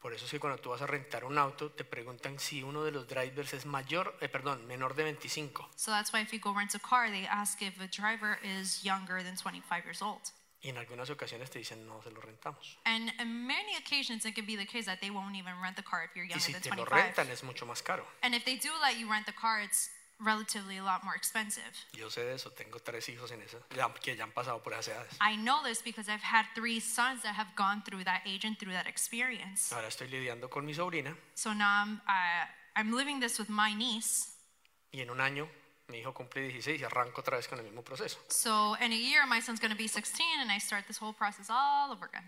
Por eso es que cuando tú vas a rentar un auto, te preguntan si uno de los drivers es mayor, eh, perdón, menor de 25. So that's why if you go rent a car, they ask if a driver is younger than 25 years old. Y en algunas ocasiones te dicen, no, se lo rentamos. And in many occasions, it could be the case that they won't even rent the car if you're Y younger si than te lo 25. rentan es mucho más caro. And if they do let you rent the car, it's relatively a lot more expensive. Yo sé de eso, tengo tres hijos en eso, ya- que ya han pasado por esas edades. I know this because I've had three sons that have gone through that age and through that experience. Ahora estoy lidiando con mi sobrina So now I'm, uh, I'm living this with my niece. y en un año mi hijo cumple 16 y arranco otra vez con el mismo proceso. So in a year, my son's going to be 16, and I start this whole process all over again.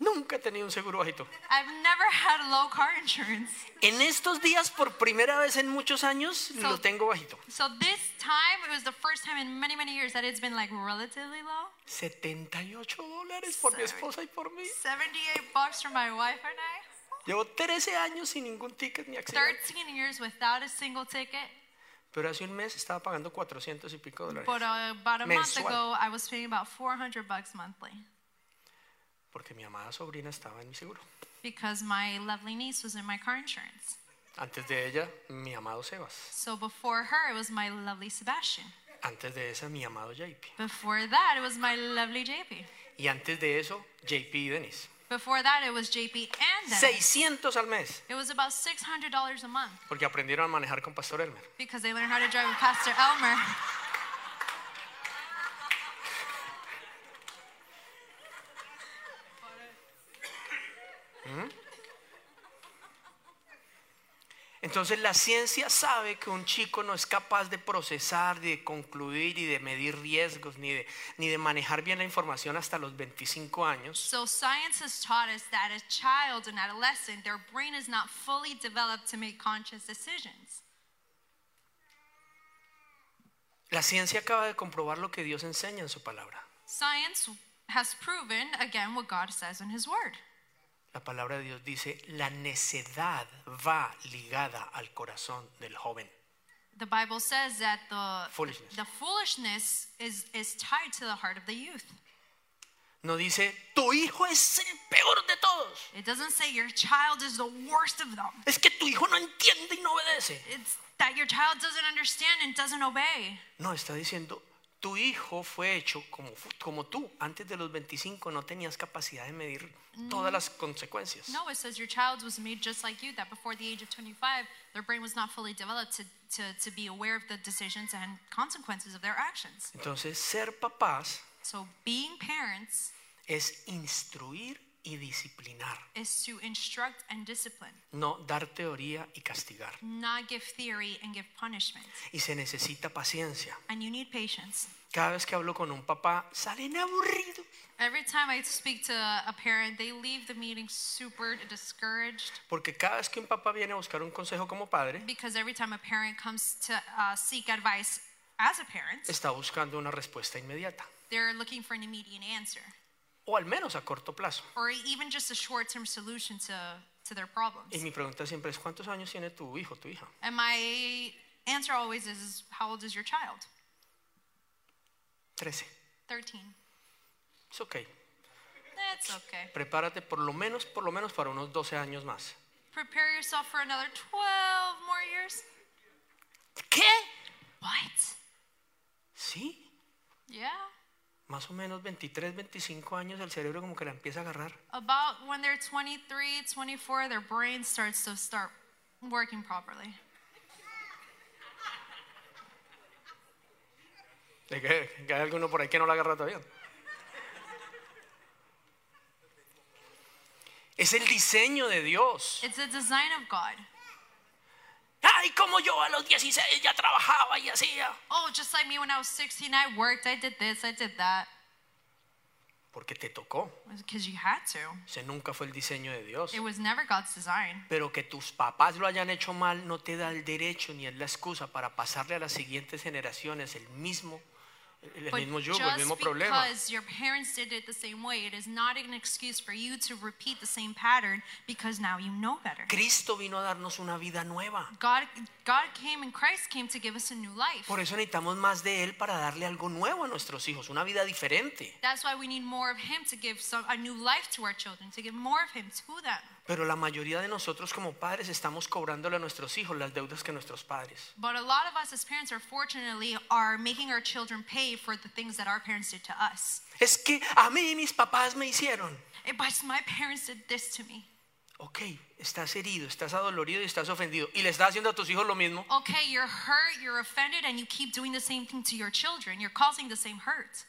Nunca he tenido un seguro bajito. I've never had low car insurance. En estos días, por primera vez en muchos años, lo tengo bajito. So this time, it was the first time in many, many years that it's been like relatively low. 78 dólares por mi esposa y por mí. 78 bucks for my wife and I. Llevo 13 años sin ningún ticket ni accidente. 13 years without a single ticket. Pero hace un mes estaba pagando 400 y pico dólares. But uh, about a month Mensual. ago, I was paying about 400 bucks monthly Porque mi amada sobrina estaba en mi seguro. because my lovely niece was in my car insurance. Antes de ella, mi amado Sebas. So before her, it was my lovely Sebastian. Antes de esa, mi amado JP. Before that, it was my lovely JP. Y antes de eso, JP y Denise. Before that, it was JP and Dennis. 600 al mes. It was about $600 a month Porque aprendieron a manejar con Pastor Elmer. because they learned how to drive with Pastor Elmer. Entonces la ciencia sabe que un chico no es capaz de procesar, de concluir y de medir riesgos, ni de, ni de manejar bien la información hasta los 25 años. So science has taught us that a child, an adolescent, their brain is not fully developed to make conscious decisions. La ciencia acaba de comprobar lo que Dios enseña en su palabra. Science has proven, again, what God says in His Word. La palabra de Dios dice, la necedad va ligada al corazón del joven. The Bible says that the Foolishness. the foolishness is, is tied to the heart of the youth. No dice, tu hijo es el peor de todos. It doesn't say your child is the worst of them. Es que tu hijo no entiende y no obedece. It's that your child doesn't understand and doesn't obey. No, está diciendo, tu hijo fue hecho como, fu- como tú. Antes de los 25 no tenías capacidad de medir todas las consecuencias. No, it says your child was made just like you, that before the age of 25, their brain was not fully developed to, to, to be aware of the decisions and consequences of their actions. Entonces, ser papás So, being parents es instruir y disciplinar, is to instruct and discipline, no dar teoría y castigar. not give theory and give punishment. Y se necesita paciencia. And you need patience. Cada vez que hablo con un papá, salen aburridos. Every time I speak to a parent, they leave the meeting super discouraged Porque cada vez que un papá viene a buscar un consejo como padre, because every time a parent comes to uh, seek advice as a parent, está buscando una respuesta inmediata. they're looking for an immediate answer. O al menos a corto plazo. or even just a short-term solution to, to their Y problems. mi pregunta siempre es, ¿cuántos años tiene tu hijo, tu hija? And my answer always is, how old is your child? 13. 13. Es ok. That's okay. Prepárate por lo menos, por lo menos para unos 12 años más. Prepare yourself for another 12 more years. ¿Qué? What? Sí. Yeah. más o menos 23, 25 años, el cerebro como que la empieza a agarrar. About when they're 23, 24, their brain starts to start working properly. De que, que hay alguno por ahí que no la agarra todavía. Es el diseño de Dios. It's a design of God. Ay, como yo a los 16 ya trabajaba y hacía. Oh, just like me when I was 16, I worked, I did this, I did that. Porque te tocó. Because you had to. Ese nunca fue el diseño de Dios. It was never God's design. Pero que tus papás lo hayan hecho mal no te da el derecho ni es la excusa para pasarle a las siguientes generaciones el mismo, el el But mismo yugo, el just mismo because problema. your parents did it the same way, it is not an excuse for you to repeat the same pattern because now you know better. Cristo vino a darnos una vida nueva. God, God came and Christ came to give us a new life. Por eso necesitamos más de Él para darle algo nuevo a nuestros hijos, una vida diferente. That's why we need more of Him to give some, a new life to our children, to give more of Him to them. Pero la mayoría de nosotros como padres estamos cobrándole a nuestros hijos las deudas que nuestros padres. But a lot of us as parents, unfortunately, are making our children pay for the things that our parents did to us. Es que a mí mis papás me hicieron. Eh, But my parents did this to me. Ok, estás herido, estás adolorido y estás ofendido. Y le estás haciendo a tus hijos lo mismo. Okay, you're hurt, you're offended, and you keep doing the same thing to your children. You're causing the same hurt.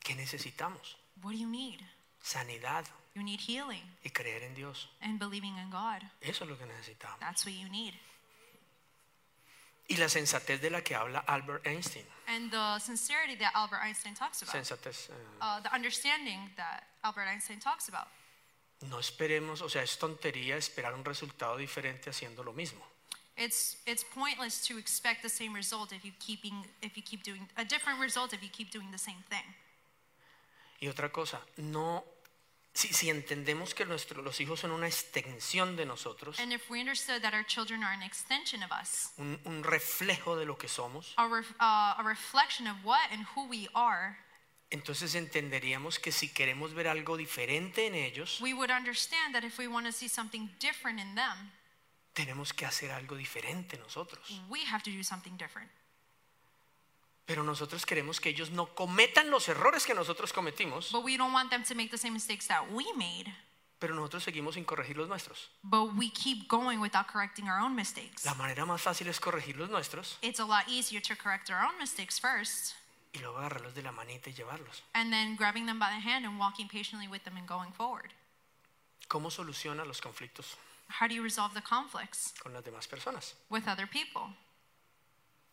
¿Qué necesitamos? What do you need? Sanidad You need healing y creer en Dios. and believing in God. Eso es lo que necesitamos. That's what you need. Y la sensatez de la que habla Albert Einstein. And the sincerity that Albert Einstein talks about, Sensatez. eh, uh, the understanding that Albert Einstein talks about. no esperemos, o sea, es tontería esperar un resultado diferente haciendo lo mismo. It's it's pointless to expect the same result if you keeping if you keep doing a different result if you keep doing the same thing. Y otra cosa, no, si, si entendemos que nuestro- los hijos son una extensión de nosotros, And if we understood that our children are an extension of us, un, un reflejo de lo que somos, a, ref, uh, a reflection of what and who we are, entonces entenderíamos que si queremos ver algo diferente en ellos, we would understand that if we want to see something different in them, tenemos que hacer algo diferente nosotros. we have to do something different. Pero nosotros queremos que ellos no cometan los errores que nosotros cometimos, But we don't want them to make the same mistakes that we made, pero nosotros seguimos sin corregir los nuestros. but we keep going without correcting our own mistakes. La manera más fácil es corregir los nuestros It's a lot easier to correct our own mistakes first y luego agarrarlos de la manita y llevarlos. and then grabbing them by the hand and walking patiently with them and going forward. ¿Cómo soluciona los conflictos How do you resolve the conflicts con las demás personas with other people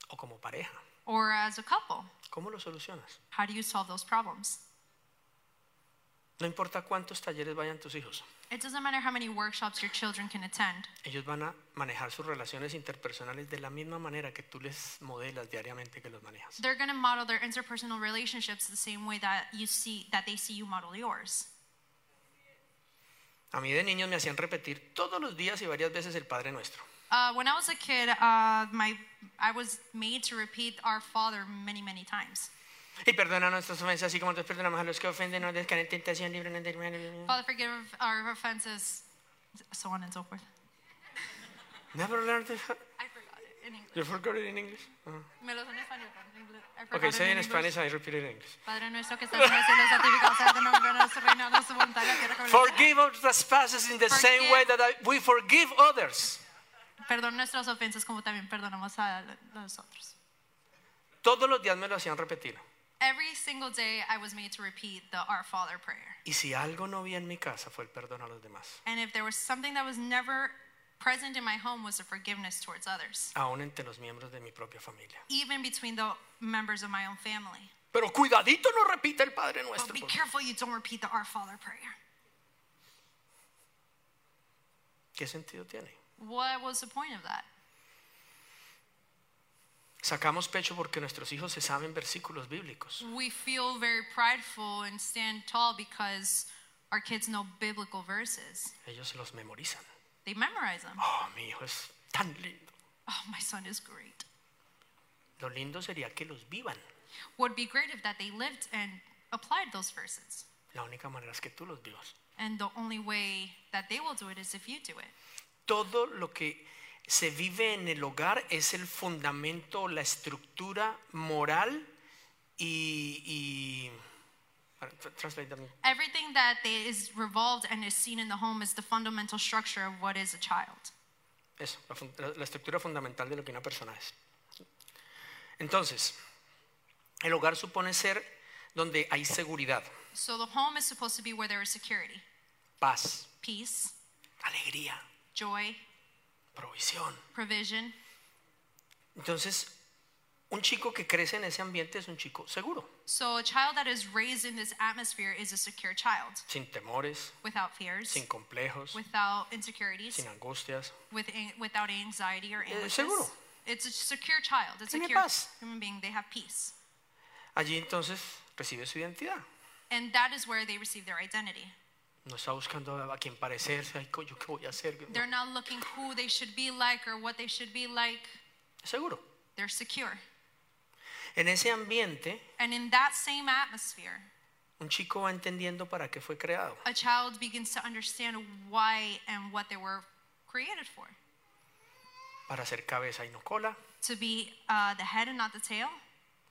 o como pareja? or as a couple? ¿Cómo lo solucionas? How do you solve those problems? No importa cuántos talleres vayan tus hijos, It doesn't matter how many workshops your children can attend. ellos van a manejar sus relaciones interpersonales de la misma manera que tú les modelas diariamente que los manejas. They're going to model their interpersonal relationships the same way that you see that they see you model yours. A mí de niños me hacían repetir todos los días y varias veces el Padre Nuestro. Uh, when I was a kid, uh, my I was made to repeat our Father many, many times. Y perdona nuestras ofensas, así como nosotros perdonamos a los que ofenden, no les caen en tentación, líbranos del mal. Father, forgive our offenses, so on and so forth. Never learned this. I forgot it in English. You forgot it in English? Uh-huh. Me lo sé en español, pero en inglés. I forgot Okay, it say in in English. Spanish, I repeat it in English. Padre nuestro que estás en el cielo, santificado sea tu nombre, nuestro reino, nuestra voluntad, en la tierra como en el cielo. Forgive our trespasses in the same way that I- we forgive others. Perdón nuestras ofensas como también perdonamos a los otros. Todos los días me lo hacían repetir. Every single day I was made to repeat the Our Father prayer. Y si algo no vi en mi casa fue el perdón a los demás, And if there was something that was never present in my home was the forgiveness towards others, aún entre los miembros de mi propia familia. even between the members of my own family. Pero cuidadito no repita el Padre But Nuestro. be por- careful you don't repeat the Our Father prayer. ¿Qué sentido tiene? What was the point of that? Sacamos pecho porque nuestros hijos se saben versículos bíblicos. We feel very prideful and stand tall because our kids know biblical verses. Ellos los memorizan. They memorize them. Oh, mi hijo es tan lindo. Oh, my son is great. Lo lindo sería que los vivan. Would be great if that they lived and applied those verses. La única manera es que tú los vivas. And the only way that they will do it is if you do it. Todo lo que se vive en el hogar es el fundamento, la estructura moral y, y Uh, tr- Translate también. Everything that they- is revolved and is seen in the home is the fundamental structure of what is a child. Eso, la, fun- la- la estructura fundamental de lo que una persona es. Entonces, el hogar supone ser donde hay seguridad, So the home is supposed to be where there is security, paz, peace, alegría, joy, provisión. provision. Entonces, un chico que crece en ese ambiente es un chico seguro, So a child that is raised in this atmosphere is a secure child sin temores, without fears, sin complejos, without insecurities, sin angustias. with an- without anxiety or anguish. Eh, seguro. It's a secure child. It's a Tiene secure paz. human being. They have peace. Allí entonces recibe su identidad. And that is where they receive their identity. No está buscando a a quien parecerse, ay, co- yo qué voy a hacer. No, They're not looking who they should be like or what they should be like. es seguro. They're secure. En ese ambiente, And in that same atmosphere, un chico va entendiendo para qué fue creado. a child begins to understand why and what they were created for Para ser cabeza y no cola, to be uh, the head and not the tail,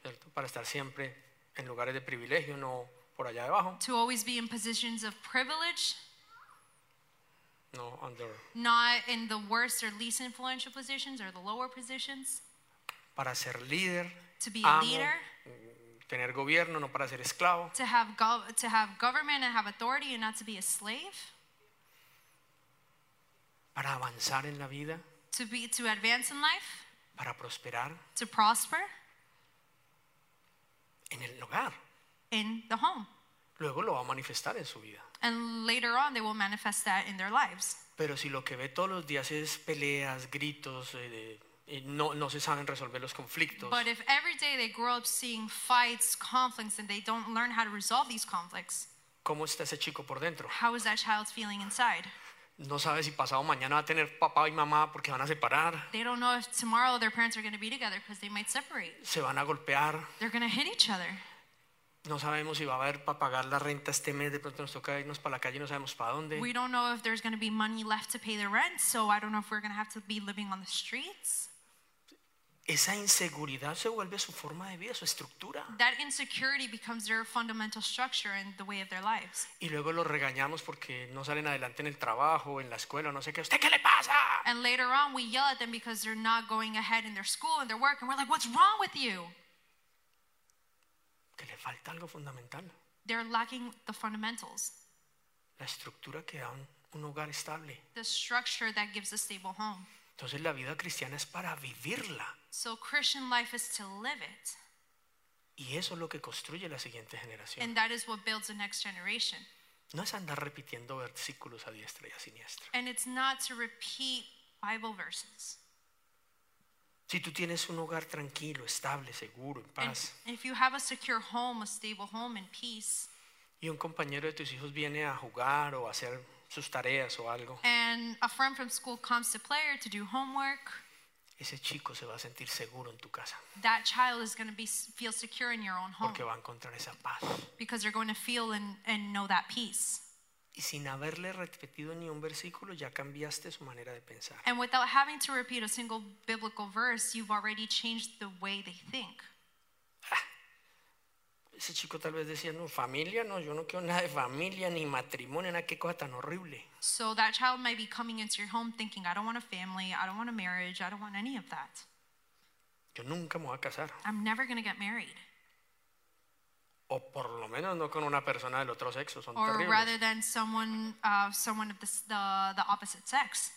¿cierto? para estar siempre en lugares de privilegio, no por allá debajo, to always be in positions of privilege, no under. not in the worst or least influential positions or the lower positions, Para ser líder, to be a amo, leader. tener gobierno, no para ser esclavo. to have gov- to have government and have authority and not to be a slave Para avanzar en la vida, to be to advance in life para prosperar to prosper en el hogar. in the home Luego lo va a manifestar en su vida. and later on they will manifest that in their lives Pero si lo que ve todos los días es peleas, gritos, eh, eh, no, no se saben resolver los conflictos, but if every day they grow up seeing fights conflicts and they don't learn how to resolve these conflicts ¿cómo está ese chico por dentro? how is that child feeling inside No sabe si pasado mañana va a tener papá y mamá porque van a separar, they don't know if tomorrow their parents are going to be together because they might separate se van a golpear, they're going to hit each other no sabemos si va a haber para pagar la renta este mes, de pronto nos toca irnos para la calle y no sabemos para dónde. we don't know if there's going to be money left to pay the rent so i don't know if we're going to have to be living on the streets Esa inseguridad se vuelve su forma de vida, su estructura. that insecurity becomes their fundamental structure and the way of their lives. Y luego los regañamos porque no salen adelante en el trabajo, en la escuela, no sé qué. ¿Usted qué le pasa? And later on, we yell at them because they're not going ahead in their school and their work, and we're like, what's wrong with you? Que le falta algo fundamental. They're lacking the fundamentals, La estructura que da un- un hogar estable. the structure that gives a stable home. Entonces la vida cristiana es para vivirla So Christian life is to live it, y eso es lo que construye la siguiente generación. and that is what builds the next generation. No es andar repitiendo versículos a diestra y a siniestra. And it's not to repeat Bible verses. Si tú tienes un hogar tranquilo, estable, seguro, en And paz, if you have a secure home, a stable home, and peace, y un compañero de tus hijos viene a jugar o a hacer sus tareas o algo, and a friend from school comes to play or to do homework, ese chico se va a sentir seguro en tu casa that child is going to be feel secure in your own home porque va a encontrar esa paz. because they're going to feel and, and know that peace. Y sin haberle repetido ni un versículo, ya cambiaste su manera de pensar. And without having to repeat a single biblical verse, you've already changed the way they think. Ese chico tal vez decía, no, familia, no, yo no quiero nada de familia, ni matrimonio, nada, qué cosa tan horrible. So that child might be coming into your home thinking, I don't want a family, I don't want a marriage, I don't want any of that. Yo nunca me voy a casar. I'm never going to get married. O por lo menos no con una persona del otro sexo, son Or terribles. rather than someone, uh, someone of the, s- the, the opposite sex.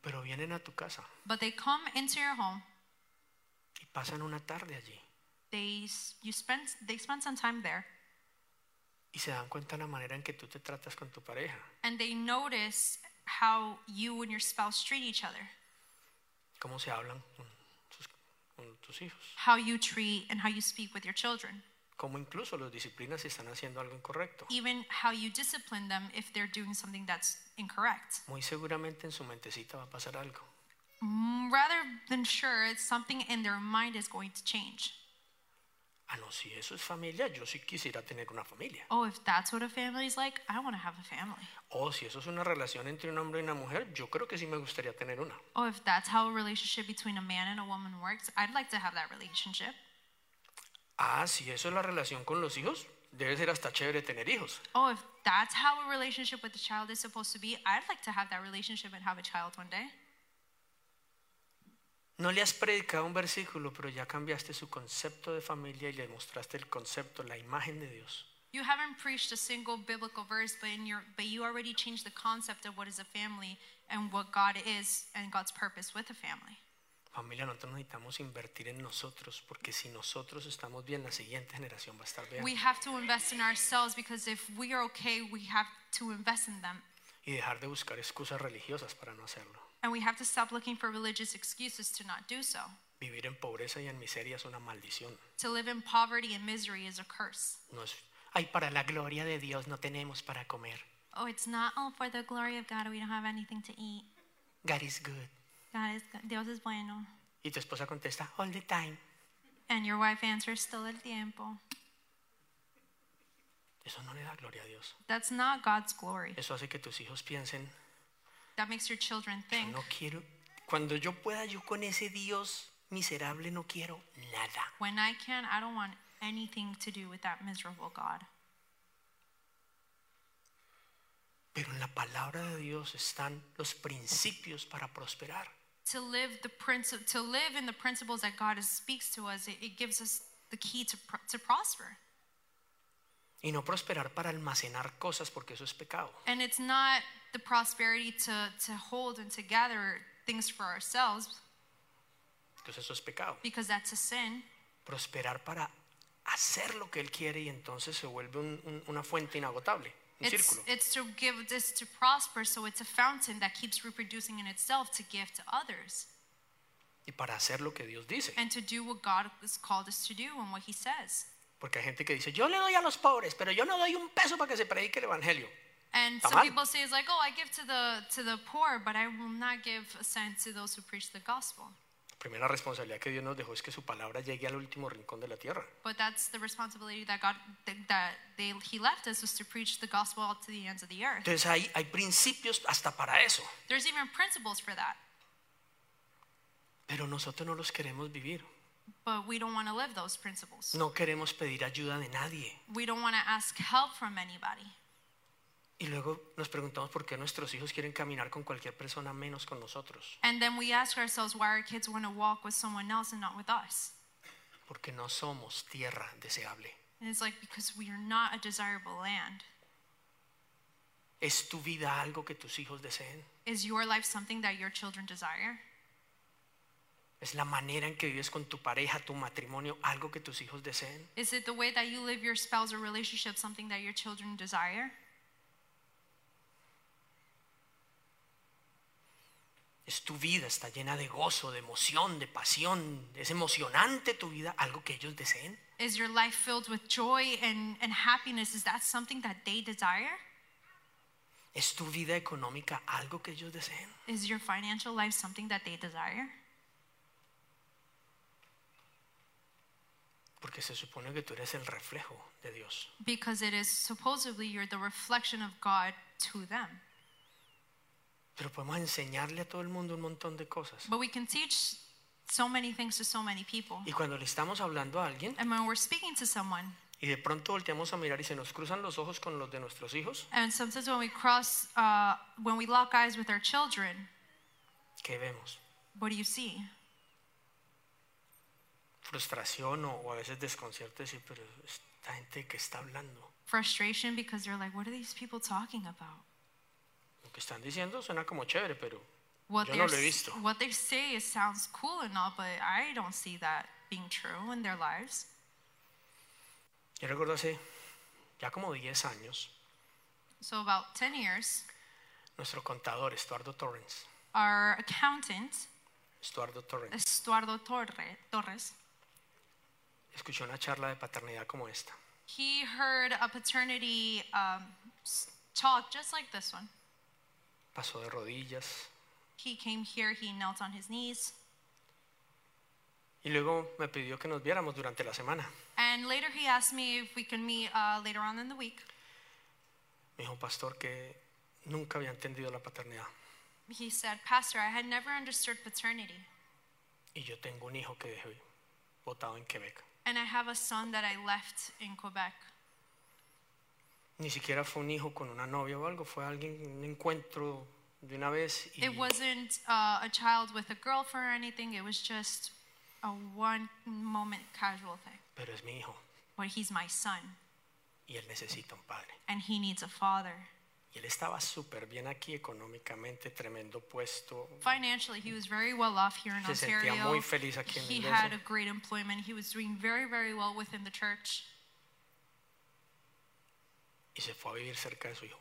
Pero vienen a tu casa But they come into your home, y pasan una tarde allí they, s- you spend, they spend some time there, y se dan cuenta la manera en que tú te tratas con tu pareja. and they notice how you and your spouse treat each other, Cómo se hablan con, sus- con tus hijos. how you treat and how you speak with your children, Cómo incluso los disciplinas si están haciendo algo incorrecto. even how you discipline them if they're doing something that's incorrect. Muy seguramente en su mentecita va a pasar algo. Mm, Rather than sure, it's something in their mind is going to change. Ah, no, si eso es familia, yo sí quisiera tener una familia. Oh, if that's what a family is like, I want to have a family. O si eso es una relación entre un hombre y una mujer, yo creo que sí me gustaría tener una. Oh, if that's how a relationship between a man and a woman works, I'd like to have that relationship. Ah, si eso es la relación con los hijos, debe ser hasta chévere tener hijos. Oh, if that's how a relationship with a child is supposed to be, I'd like to have that relationship and have a child one day. No le has predicado un versículo, pero ya cambiaste su concepto de familia y le mostraste el concepto, la imagen de Dios. You haven't preached a single biblical verse, but in your but you already changed the concept of what is a family and what God is and God's purpose with a family. Familia, nosotros necesitamos invertir en nosotros, porque si nosotros estamos bien, la siguiente generación va a estar bien. We have to invest in ourselves because if we are okay, we have to invest in them. Y dejar de buscar excusas religiosas para no hacerlo. And we have to stop looking for religious excuses to not do so. Vivir en pobreza y en miseria es una maldición. To live in poverty and misery is a curse. No es, ay, para la gloria de Dios no tenemos para comer. Oh, it's not all for the glory of God. We don't have anything to eat. God is good. God is good. Dios es bueno. Y tu esposa contesta, all the time. And your wife answers, todo el tiempo. Eso no le da gloria a Dios. That's not God's glory. Eso hace que tus hijos piensen, That makes your children yo think, no quiero, cuando yo pueda, yo con ese Dios miserable no quiero nada. when I can, I don't want anything to do with that miserable God. Pero en la palabra de Dios están los principios para prosperar. To live the princi- to live in the principles that God is, speaks to us, it, it gives us the key to pro- to prosper. Y no prosperar para almacenar cosas porque eso es pecado. And it's not the prosperity to to hold and to gather things for ourselves Entonces eso es pecado. because that's a sin. Prosperar para hacer lo que Él quiere y entonces se vuelve un- un- una fuente inagotable, un It's, círculo. it's to give this to prosper, so it's a fountain that keeps reproducing in itself to give to others Y para hacer lo que Dios dice. and to do what God has called us to do and what He says. Porque hay gente que dice, yo le doy a los pobres, pero yo no doy un peso para que se predique el Evangelio. And Está some mal. people say it's like, oh, I give to the to the poor, but I will not give a cent to those who preach the gospel. La primera responsabilidad que Dios nos dejó es que su palabra llegue al último rincón de la tierra. But that's the responsibility that God that- that they, He left us was to preach the gospel to the ends of the earth. Entonces hay, hay principios hasta para eso, There's even principles for that, pero nosotros no los queremos vivir. but we don't want to live those principles. No queremos pedir ayuda de nadie. We don't want to ask help from anybody. Y luego nos preguntamos por qué nuestros hijos quieren caminar con cualquier persona menos con nosotros. And then we ask ourselves why our kids want to walk with someone else and not with us. Porque no somos tierra deseable. And it's like because we are not a desirable land. ¿Es tu vida algo que tus hijos deseen? Is your life something that your children desire? ¿Es la manera en que vives con tu pareja, tu matrimonio, algo que tus hijos deseen? Is it the way that you live your spouse or relationship something that your children desire? ¿Es tu vida está llena de gozo, de emoción, de pasión? ¿Es emocionante tu vida algo que ellos deseen? Is your life filled with joy and, and happiness? Is that something that they desire? ¿Es tu vida económica algo que ellos deseen? Is your financial life something that they desire? Porque se supone que tú eres el reflejo de Dios. Because it is supposedly you're the reflection of God to them. Pero podemos enseñarle a todo el mundo un montón de cosas. But we can teach so many things to so many people. Y cuando le estamos hablando a alguien And when we're speaking to someone, y de pronto volteamos a mirar y se nos cruzan los ojos con los de nuestros hijos, and sometimes when we cross, uh, when we lock eyes with our children, ¿qué vemos? what do you see? Frustración o, o a veces desconcierto decir, pero esta gente que está hablando, Frustration because they're like, what are these people talking about? lo que están diciendo suena como chévere, pero What, Yo no they're lo he s- visto. what they say is, sounds cool and all, but I don't see that being true in their lives. yo recuerdo hace ya como 10 años, So, about 10 years, nuestro contador, Estuardo Torrens, our accountant, Estuardo Torrens, Estuardo Torre, Torres, escuchó una charla de paternidad como esta. he heard a paternity um, s- talk just like this one. Pasó de rodillas He came here, he knelt on his knees, y luego me pidió que nos viéramos durante la semana. and later he asked me if we could meet uh, later on in the week. Me dijo, pastor, que nunca había entendido la paternidad. He said, Pastor, I had never understood paternity, Y yo tengo un hijo que dejé botado en Quebec. and I have a son that I left in Quebec. Ni siquiera fue un hijo con una novia o algo, fue alguien, un encuentro de una vez y, It wasn't uh, a child with a girlfriend or anything. It was just a one moment casual thing. pero es mi hijo But he's my son, y él necesita un padre. and he needs a father. Y él estaba súper bien aquí económicamente, tremendo puesto. Financially, he was very well off here in Se sentía Ontario. muy feliz aquí en la he iglesia. had a great employment. He was doing very, very well within the church. Y se fue a vivir cerca de su hijo.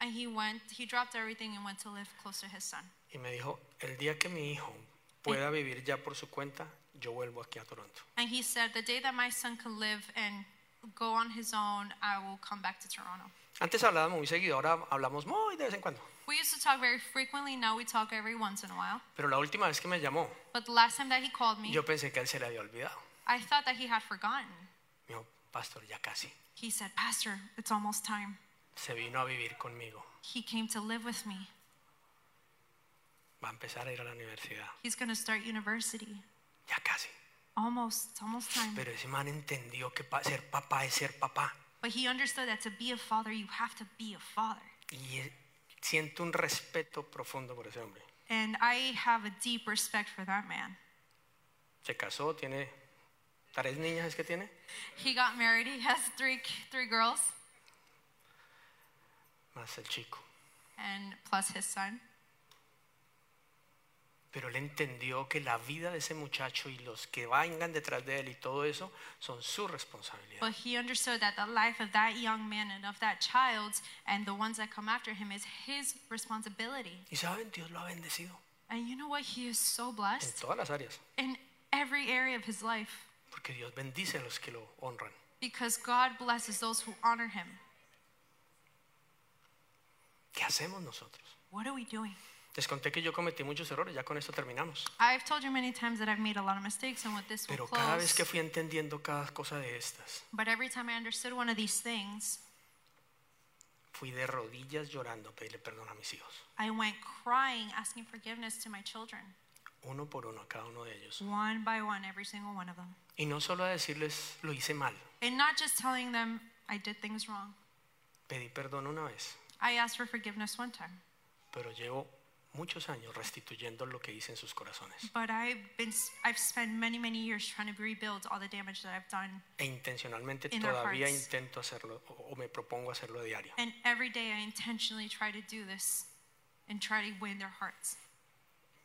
And he went, he dropped everything and went to live close to his son. Y me dijo, el día que mi hijo pueda vivir ya por su cuenta, yo vuelvo aquí a Toronto. And he said, The day that my son can live and go on his own, I will come back to Toronto. Antes hablábamos muy seguido, ahora hablamos muy de vez en cuando. We used to talk very frequently. Now we talk every once in a while. Pero la última vez que me llamó, But the last time that he called me, yo pensé que a él se le había olvidado. I thought that he had forgotten. Me dijo, pastor, ya casi. He said, Pastor, it's almost time. Se vino a vivir conmigo. He came to live with me. Va a empezar a ir a la universidad. He's going to start university. Ya casi. Almost, it's almost time. Pero ese man entendió que pa- ser papá es ser papá. But he understood that to be a father, you have to be a father. Y eh, siento un respeto profundo por ese hombre. And I have a deep respect for that man. Se casó, tiene tres niñas, ¿es que tiene? He got married. He has three three girls Más el chico. and plus his son. Pero él entendió que la vida de ese muchacho y los que vengan detrás de él y todo eso son su responsabilidad. But he understood that the life of that young man and of that child and the ones that come after him is his responsibility. Y saben, Dios lo ha bendecido And you know what? He is so en blessed todas las áreas. in every area of his life Porque Dios bendice a los que lo honran. because God blesses those who honor him. ¿Qué hacemos nosotros? What are we doing? Les conté que yo cometí muchos errores, ya con esto terminamos. I've told you many times that I've made a lot of mistakes and with this will Pero cada vez close. que fui entendiendo cada cosa de estas, But every time I understood one of these things, fui de rodillas llorando a pedirle perdón a mis hijos, I went crying, asking forgiveness to my children, uno por uno a cada uno de ellos. one by one, every single one of them. Y no solo a decirles, lo hice mal, And not just telling them I did things wrong. pedí perdón una vez, I asked for forgiveness one time, pero llevo muchos años restituyendo lo que hice en sus corazones but I've been I've spent many many years trying to rebuild all the damage that I've done, e intencionalmente In their todavía hearts. intento hacerlo o o me propongo hacerlo a diario. and every day I intentionally try to do this and try to win their hearts.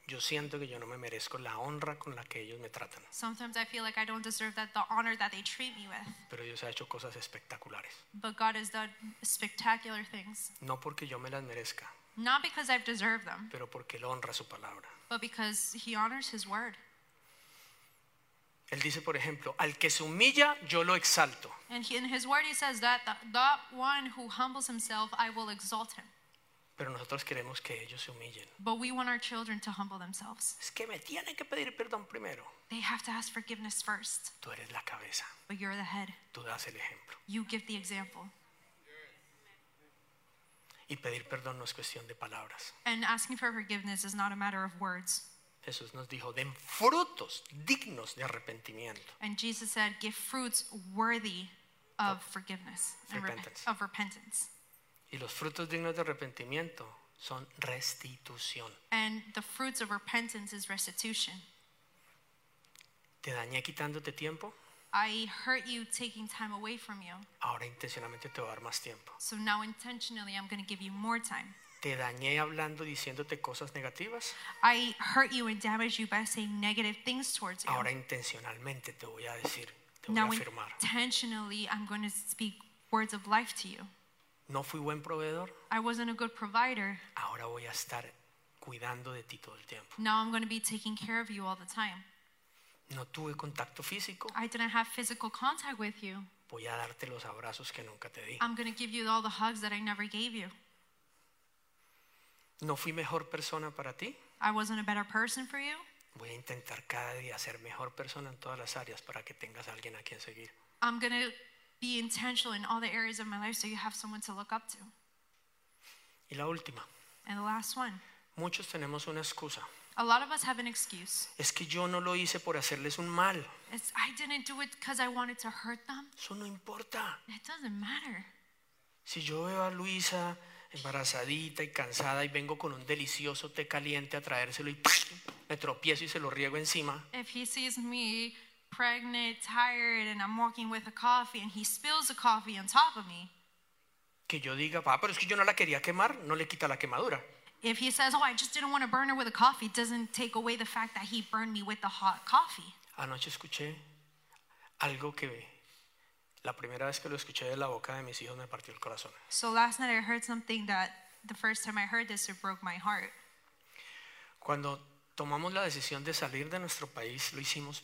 Yo siento que yo no me merezco la honra con la que ellos me tratan, Sometimes I feel like I don't deserve that the honor that they treat me with, pero Dios ha hecho cosas espectaculares. but God has done spectacular things, No porque yo me las merezca, not because I've deserved them, pero porque Él honra su palabra. but because He honors His word. Él dice, por ejemplo, al que se humilla, yo lo exalto. And he, in his word, he says that the, that one who humbles himself, I will exalt him. Pero nosotros queremos que ellos se humillen. But we want our children to humble themselves. Es que me tienen que pedir perdón primero. They have to ask forgiveness first. Tú eres la cabeza, But you're the head. tú das el ejemplo. You give the example. Y pedir perdón no es cuestión de palabras. And asking for forgiveness is not a matter of words. Jesús nos dijo, den frutos dignos de arrepentimiento. And Jesus said, give fruits worthy of forgiveness and rep- Repentance. of repentance. Y los frutos dignos de arrepentimiento son restitución. And the fruits of repentance is restitution. Te dañé quitándote tiempo, I hurt you taking time away from you. ahora intencionalmente te voy a dar más tiempo. So now intentionally, I'm going to give you more time. Te dañé hablando, diciéndote cosas negativas, I hurt you and damage you by saying negative things towards you. ahora intencionalmente te voy a decir, te voy a now afirmar. intentionally, I'm going to speak words of life to you. No fui buen proveedor, I wasn't a good provider. ahora voy a estar cuidando de ti todo el tiempo. Now I'm going to be taking care of you all the time. No tuve contacto físico, I didn't have physical contact with you. voy a darte los abrazos que nunca te di. I'm going to give you all the hugs that I never gave you. No fui mejor persona para ti, I wasn't a better person for you. voy a intentar cada día ser mejor persona en todas las áreas para que tengas a alguien a quien seguir. I'm going to be intentional in all the areas of my life so you have someone to look up to. Y la última, And the last one muchos tenemos una excusa A lot of us have an excuse. Es que yo no lo hice por hacerles un mal. It's, I didn't do it because I wanted to hurt them. Eso no importa. It doesn't matter. Si yo veo a Luisa embarazadita y cansada y vengo con un delicioso té caliente a traérselo y ¡pum! me tropiezo y se lo riego encima, If he sees me pregnant, tired, and I'm walking with a coffee and he spills the coffee on top of me, que yo diga, ah, pero es que yo no la quería quemar, no le quita la quemadura. if he says, Oh, I just didn't want to burn her with a coffee, doesn't take away the fact that he burned me with the hot coffee. Anoche escuché algo que la primera vez que lo escuché de la boca de mis hijos me partió el corazón. So last night I heard something that the first time I heard this, it broke my heart. Cuando tomamos la decisión de salir de nuestro país, lo hicimos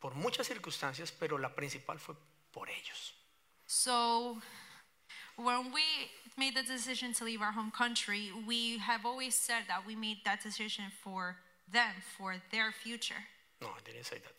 por muchas circunstancias, pero la principal fue por ellos. So, when we made the decision to leave our home country, we have always said that we made that decision for them, for their future. No, I didn't say that.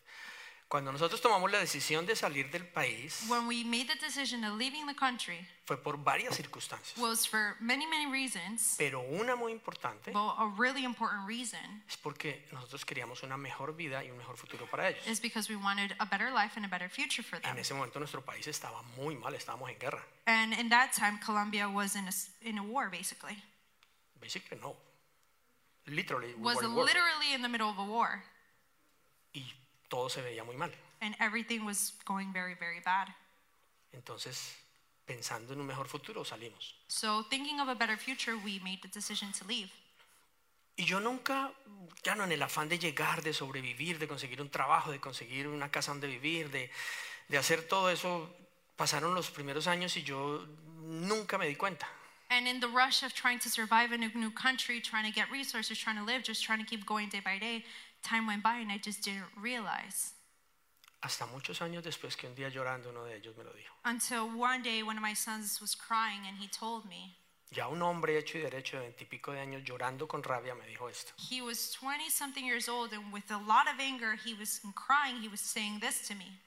Cuando nosotros tomamos la decisión de salir del país, When we made the decision of leaving the country, fue por varias circunstancias, was for many, many reasons, pero una muy importante but a really important reason es porque nosotros queríamos una mejor vida y un mejor futuro para ellos. is because we wanted a better life and a better future for them. En ese momento nuestro país estaba muy mal, estábamos en guerra. And in that time, Colombia was in a, s- in a war, basically. Basically, no. Literally, we Was were in war. literally in the middle of a war, y todo se veía muy mal. and everything was going very, very bad. Entonces, pensando en un mejor futuro, salimos. So, thinking of a better future, we made the decision to leave. Y yo nunca, ya no en el afán de llegar, de sobrevivir, de conseguir un trabajo, de conseguir una casa donde vivir, de, de hacer todo eso, pasaron los primeros años y yo nunca me di cuenta. And in the rush of trying to survive in a new country, trying to get resources, trying to live, just trying to keep going day by day, time went by and I just didn't realize. Hasta muchos años después que un día llorando uno de ellos me lo dijo. Until one day, one of my sons was crying and he told me Ya un hombre hecho y derecho de veintipico de años llorando con rabia me dijo esto. he was 20 something years old and with a lot of anger, he was crying, he was saying this to me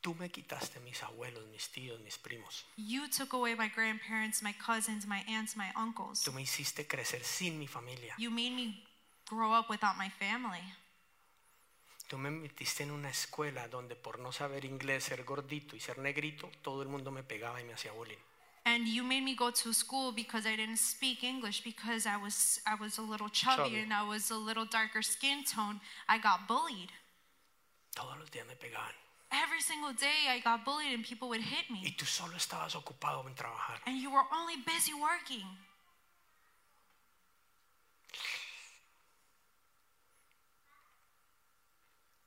Tú me quitaste mis abuelos, mis tíos, mis primos. You took away my grandparents, my cousins, my aunts, my uncles. Tú me hiciste crecer sin mi familia. You made me grow up without my family. Tú me metiste en una escuela donde por no saber inglés, ser gordito y ser negrito, todo el mundo me pegaba y me hacía bullying. and you made me go to school because I didn't speak English because I was I was a little chubby, Chubby. and I was a little darker skin tone. I got bullied. Todos los días me pegaban. Every single day I got bullied and people would hit Y me. tú solo estabas ocupado en trabajar. And you were only busy working.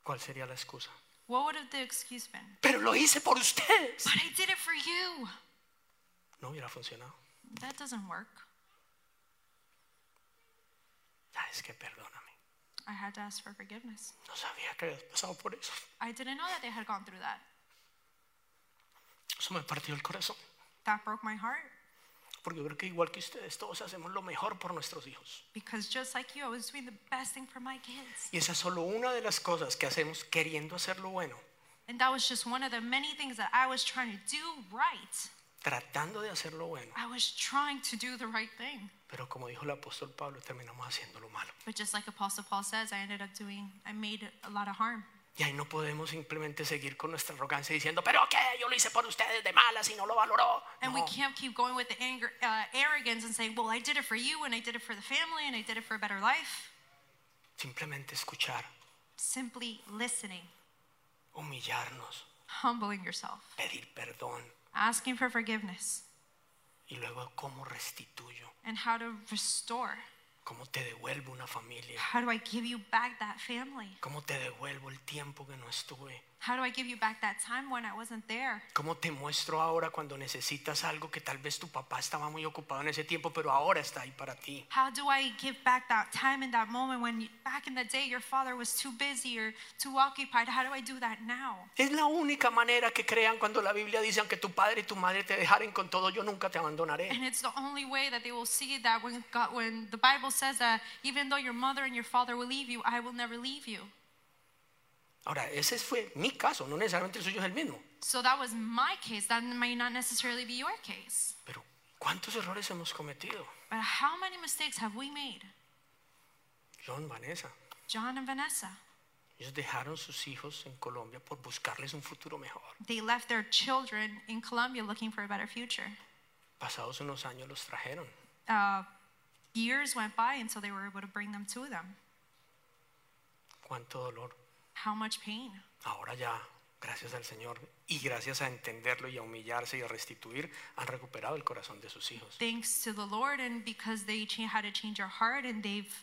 ¿Cuál sería la excusa? What would have the excuse been? Pero lo hice por ustedes. But I did it for you. No hubiera funcionado. That doesn't work. Sabes Ah, que perdóname. I had to ask for forgiveness. No sabía que habías pasado por eso. I didn't know that they had gone through that. Eso me partió el corazón. That broke my heart Porque yo creo que igual que ustedes, todos hacemos lo mejor por nuestros hijos. because just like you, I was doing the best thing for my kids. Y esa es solo una de las cosas que hacemos queriendo hacer lo bueno, And that was just one of the many things that I was trying to do right. tratando de hacer lo bueno. I was trying to do the right thing. Pero como dijo el apóstol Pablo, terminamos haciendo lo malo. But just like Apostle Paul says, I ended up doing, I made a lot of harm. Y ahí no podemos simplemente seguir con nuestra arrogancia diciendo, pero qué, yo lo hice por ustedes de malas y no lo valoró. And No, we can't keep going with the anger, uh, arrogance and saying, well, I did it for you and I did it for the family and I did it for a better life. simplemente escuchar, Simply listening, humillarnos, humbling yourself, pedir perdón asking for forgiveness, y luego cómo restituyo, and how to restore. cómo te devuelvo una familia, How do I give you back that family? cómo te devuelvo el tiempo que no estuve, How do I give you back that time when I wasn't there? cómo te muestro ahora cuando necesitas algo que tal vez tu papá estaba muy ocupado en ese tiempo, pero ahora está ahí para ti. How do I give back that time and that moment when you, back in the day your father was too busy or too occupied? How do I do that now? Es la única manera que crean cuando la Biblia dice, aunque tu padre y tu madre te dejaren con todo, yo nunca te abandonaré. And it's the only way that they will see that when God, when the Bible says that even though your mother and your father will leave you, I will never leave you. Ahora, ese fue mi caso, no necesariamente el suyo es el mismo. So that was my case. That may not necessarily be your case. Pero ¿cuántos errores hemos cometido? But how many mistakes have we made? John, Vanessa, John and Vanessa. ellos dejaron sus hijos en Colombia por buscarles un futuro mejor. They left their children in Colombia looking for a better future. Pasados unos años los trajeron. Uh, years went by until they were able to bring them to them. Cuánto dolor. How much pain. Ahora ya, gracias al Señor y gracias a entenderlo y a humillarse y a restituir, han recuperado el corazón de sus hijos. Thanks to the Lord, and because they cha- had to change their heart, and they've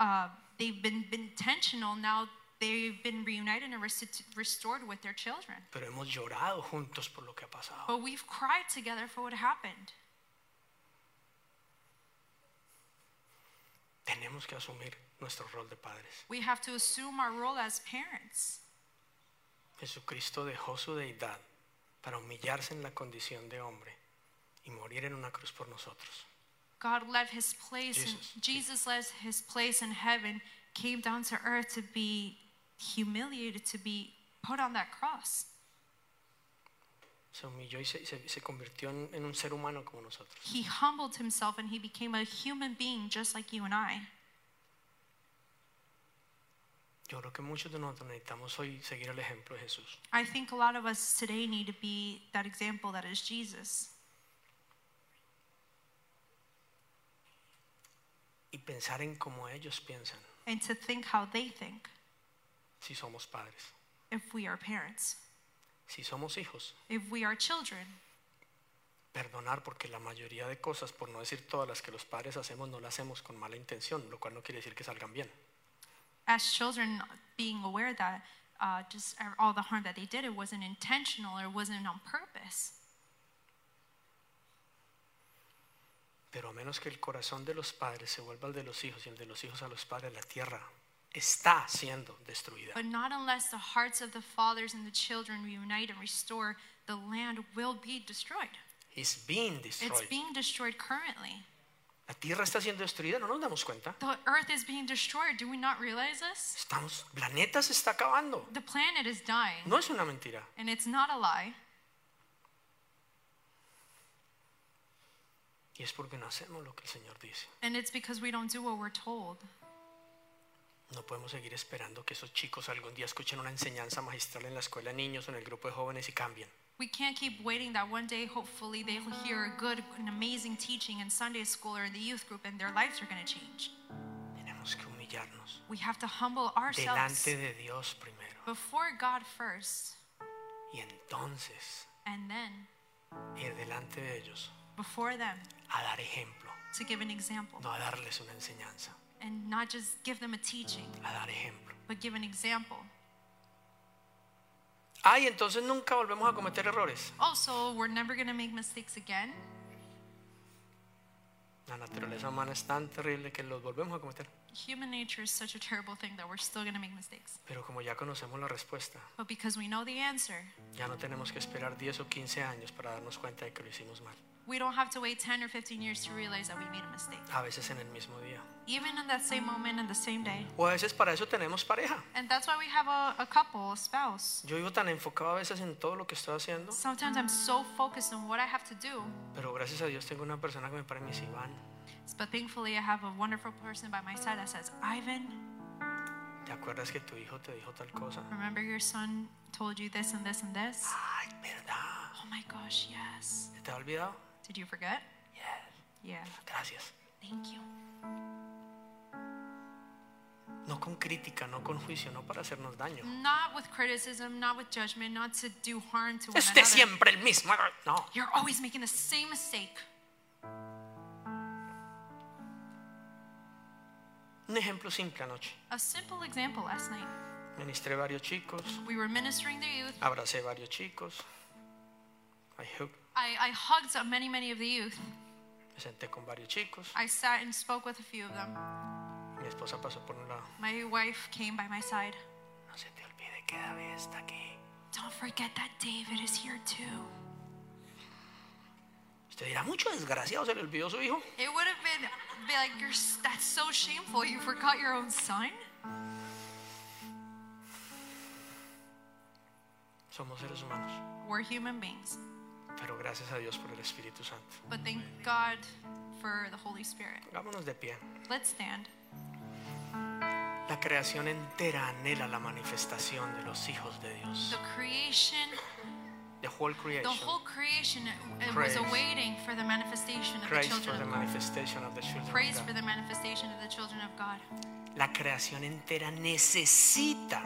uh, they've been, been intentional. Now they've been reunited and restitu- restored with their children. Pero hemos llorado juntos por lo que ha pasado. But we've cried together for what happened. Tenemos que asumir nuestro rol de padres. We have to assume our role as parents. Jesucristo dejó su deidad para humillarse en la condición de hombre y morir en una cruz por nosotros. God left his place, Jesus. and Jesus left his place in heaven, came down to earth to be humiliated, to be put on that cross. Se humilló y se, se- se convirtió en, en un ser humano como nosotros. He humbled himself and he became a human being just like you and I. Yo creo que muchos de nosotros necesitamos hoy seguir el ejemplo de Jesús. I think a lot of us today need to be that example that is Jesus y pensar en cómo ellos piensan and to think how they think si somos padres, if we are parents, si somos hijos, if we are children. perdonar porque la mayoría de cosas, por no decir todas las que los padres hacemos, no las hacemos con mala intención, lo cual no quiere decir que salgan bien. As children, being aware that uh, just all the harm that they did, it wasn't intentional or it wasn't on purpose. Pero a menos que el corazón de los padres se vuelva al de los hijos y el de los hijos a los padres, la tierra está siendo destruida. But not unless the hearts of the fathers and the children reunite and restore, the land will be destroyed. It's being It's destroyed. being destroyed currently. La tierra está siendo destruida, no nos damos cuenta. The earth is being destroyed. Do we not realize this? Estamos, el planeta se está acabando. The planet is dying, No es una mentira. and it's not a lie. Y es porque no hacemos lo que el Señor dice. And it's because we don't do what we're told. No podemos seguir esperando que esos chicos algún día escuchen una enseñanza magistral en la escuela de niños o en el grupo de jóvenes y cambien. We can't keep waiting that one day, hopefully, they'll hear a good and amazing teaching in Sunday school or in the youth group, and their lives are going to change. Tenemos que humillarnos We have to humble ourselves delante de Dios primero. before God first, Y entonces, and then ir delante de ellos before them a dar ejemplo, to give an example. no a darles una enseñanza, and not just give them a teaching, a dar ejemplo. but give an example. Ay, entonces nunca volvemos a cometer errores. Also, we're never going to make mistakes again. La naturaleza humana es tan terrible que los volvemos a cometer. Human nature is such a terrible thing that we're still going to make mistakes. Pero como ya conocemos la respuesta, But because we know the answer, ya no tenemos que esperar 10 o 15 años para darnos cuenta de que lo hicimos mal. we don't have to wait 10 or 15 years to realize that we made a mistake, A veces en el mismo día. even in that same moment and the same day. O a veces para eso tenemos pareja. And that's why we have a, a couple, a spouse. Yo vivo tan enfocado a veces en todo lo que estoy haciendo, Sometimes I'm so focused on what I have to do, pero gracias a Dios tengo una persona que me para y me dice, Iván, but thankfully I have a wonderful person by my side that says, Ivan, ¿te acuerdas que tu hijo te dijo tal cosa? remember your son told you this and this and this? Ay, ¿verdad? Oh my gosh, yes. ¿Se ¿Te ha olvidado? Did you forget? Yes. Yeah. Gracias. Thank you. No con crítica, no con juicio, no para hacernos daño. Not with criticism, not with judgment, not to do harm to one Usted another. siempre el mismo. No, You're always making the same mistake. un ejemplo simple anoche. A simple example last night. Ministré varios chicos, We were ministering the youth. abracé varios chicos. I hugged- I, I hugged up many, many of the youth. Me senté con varios chicos. I sat and spoke with a few of them. Mi esposa pasó por un lado. My wife came by my side. No se te olvide que David está aquí. Don't forget that David is here too. Usted dirá, mucho desgraciado, se le olvidó su hijo. It would have been, be like, you're, s- that's so shameful. You forgot your own son? Somos seres humanos. We're human beings. Pero gracias a Dios por el Espíritu Santo. But thank God for the Holy Spirit. Pongámonos de pie. Let's stand. La creación entera anhela la manifestación de los hijos de Dios. The creation, The whole the whole creation creation uh, Praise. was awaiting for the manifestation of the prays for children the of God. manifestation of the children of Praise God. for the manifestation of the children of God. La creación entera necesita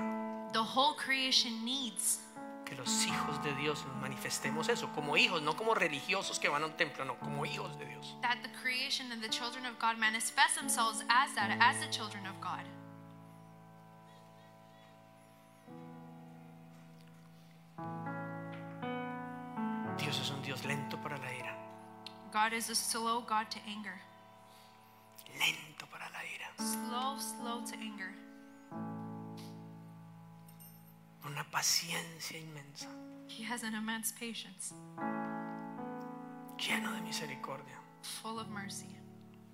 The whole creation needs que los hijos de Dios manifestemos eso, como hijos, no como religiosos que van a un templo, no, como hijos de Dios. that the creation and the children of God manifest themselves as that, as the children of God. Dios es un Dios lento para la ira, God is a slow God to anger. lento para la ira. Slow, slow to anger. Una paciencia inmensa, He has an immense patience, lleno de misericordia, full of mercy,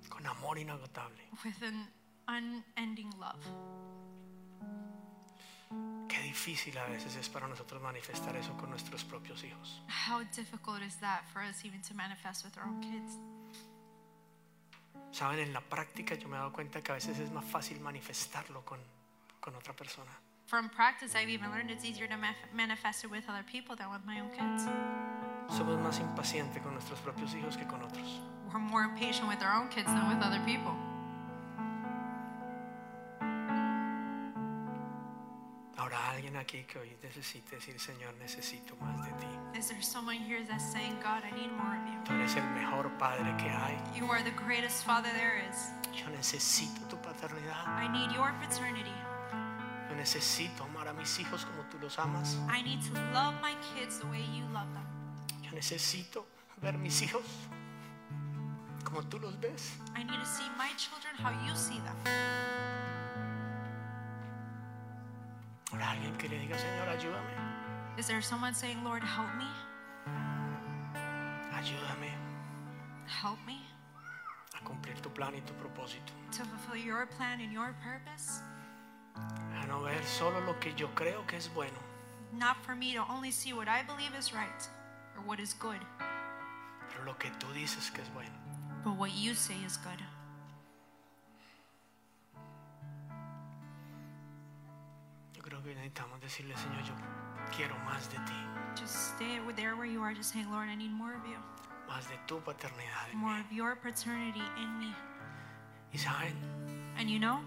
con amor inagotable. with an unending love. Qué difícil a veces es para nosotros manifestar eso con nuestros propios hijos. How difficult is that for us even to manifest with our own kids? Saben, en la práctica yo me he dado cuenta que a veces es más fácil manifestarlo con, con otra persona. From practice, I've even learned it's easier to maf- manifest it with other people than with my own kids. Somos más impacientes con nuestros propios hijos que con otros. We're more impatient with our own kids than with other people. Habrá alguien aquí que hoy necesite decir, Señor, necesito más de ti. Is there someone here that's saying, God, I need more of you? Tú eres el mejor padre que hay. You are the greatest father there is. Yo necesito tu paternidad. I need your paternity. Yo necesito amar a mis hijos como tú los amas. I need to love my kids the way you love them. Yo necesito ver mis hijos como tú los ves. I need to see my children how you see them. Habrá alguien que le diga, Señor, ayúdame. Is there someone saying, Lord, help me? Ayúdame Help me a cumplir tu plan y tu propósito. to fulfill your plan and your purpose? A no ver solo lo que yo creo que es bueno, Not for me to only see what I believe is right or what is good, pero lo que tú dices que es bueno. but what you say is good. Yo creo que necesitamos decirle, Señor, yo quiero más de ti, Just stay there where you are, just saying, Lord, I need more of you, más de tu paternidad. en more mí. of your paternity in me. Y saben, And you know,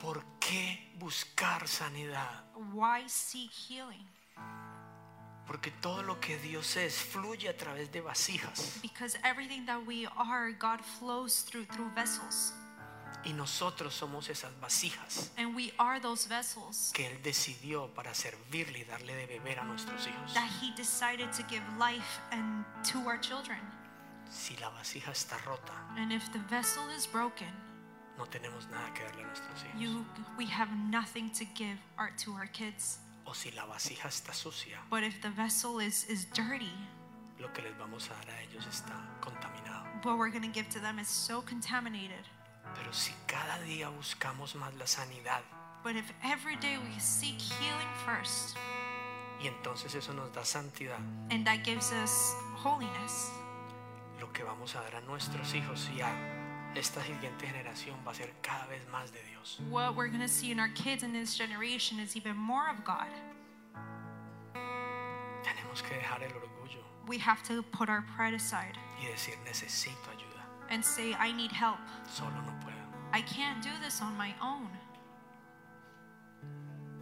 ¿por qué buscar sanidad? why seek healing? Porque todo lo que Dios es fluye a través de vasijas. Because everything that we are, God flows through through vessels, Y nosotros somos esas vasijas and we are those vessels que Él decidió para servirle y darle de beber a nuestros hijos. that He decided to give life and to our children. Si la vasija está rota, And if the vessel is broken, no tenemos nada que darle a nuestros hijos. you we have nothing to give our, to our kids. O si la vasija está sucia, But if the vessel is is dirty, lo que les vamos a dar a ellos está contaminado. what we're gonna give to them is so contaminated. Pero si cada día buscamos más la sanidad, But if every day we seek healing first, y entonces eso nos da santidad, and that gives us holiness, lo que vamos a dar a nuestros hijos y a esta siguiente generación va a ser cada vez más de Dios. what we're gonna see in our kids in this generation is even more of God. Tenemos que dejar el orgullo We have to put our pride aside y decir necesito ayuda, and say, I need help. solo no puedo. I can't do this on my own.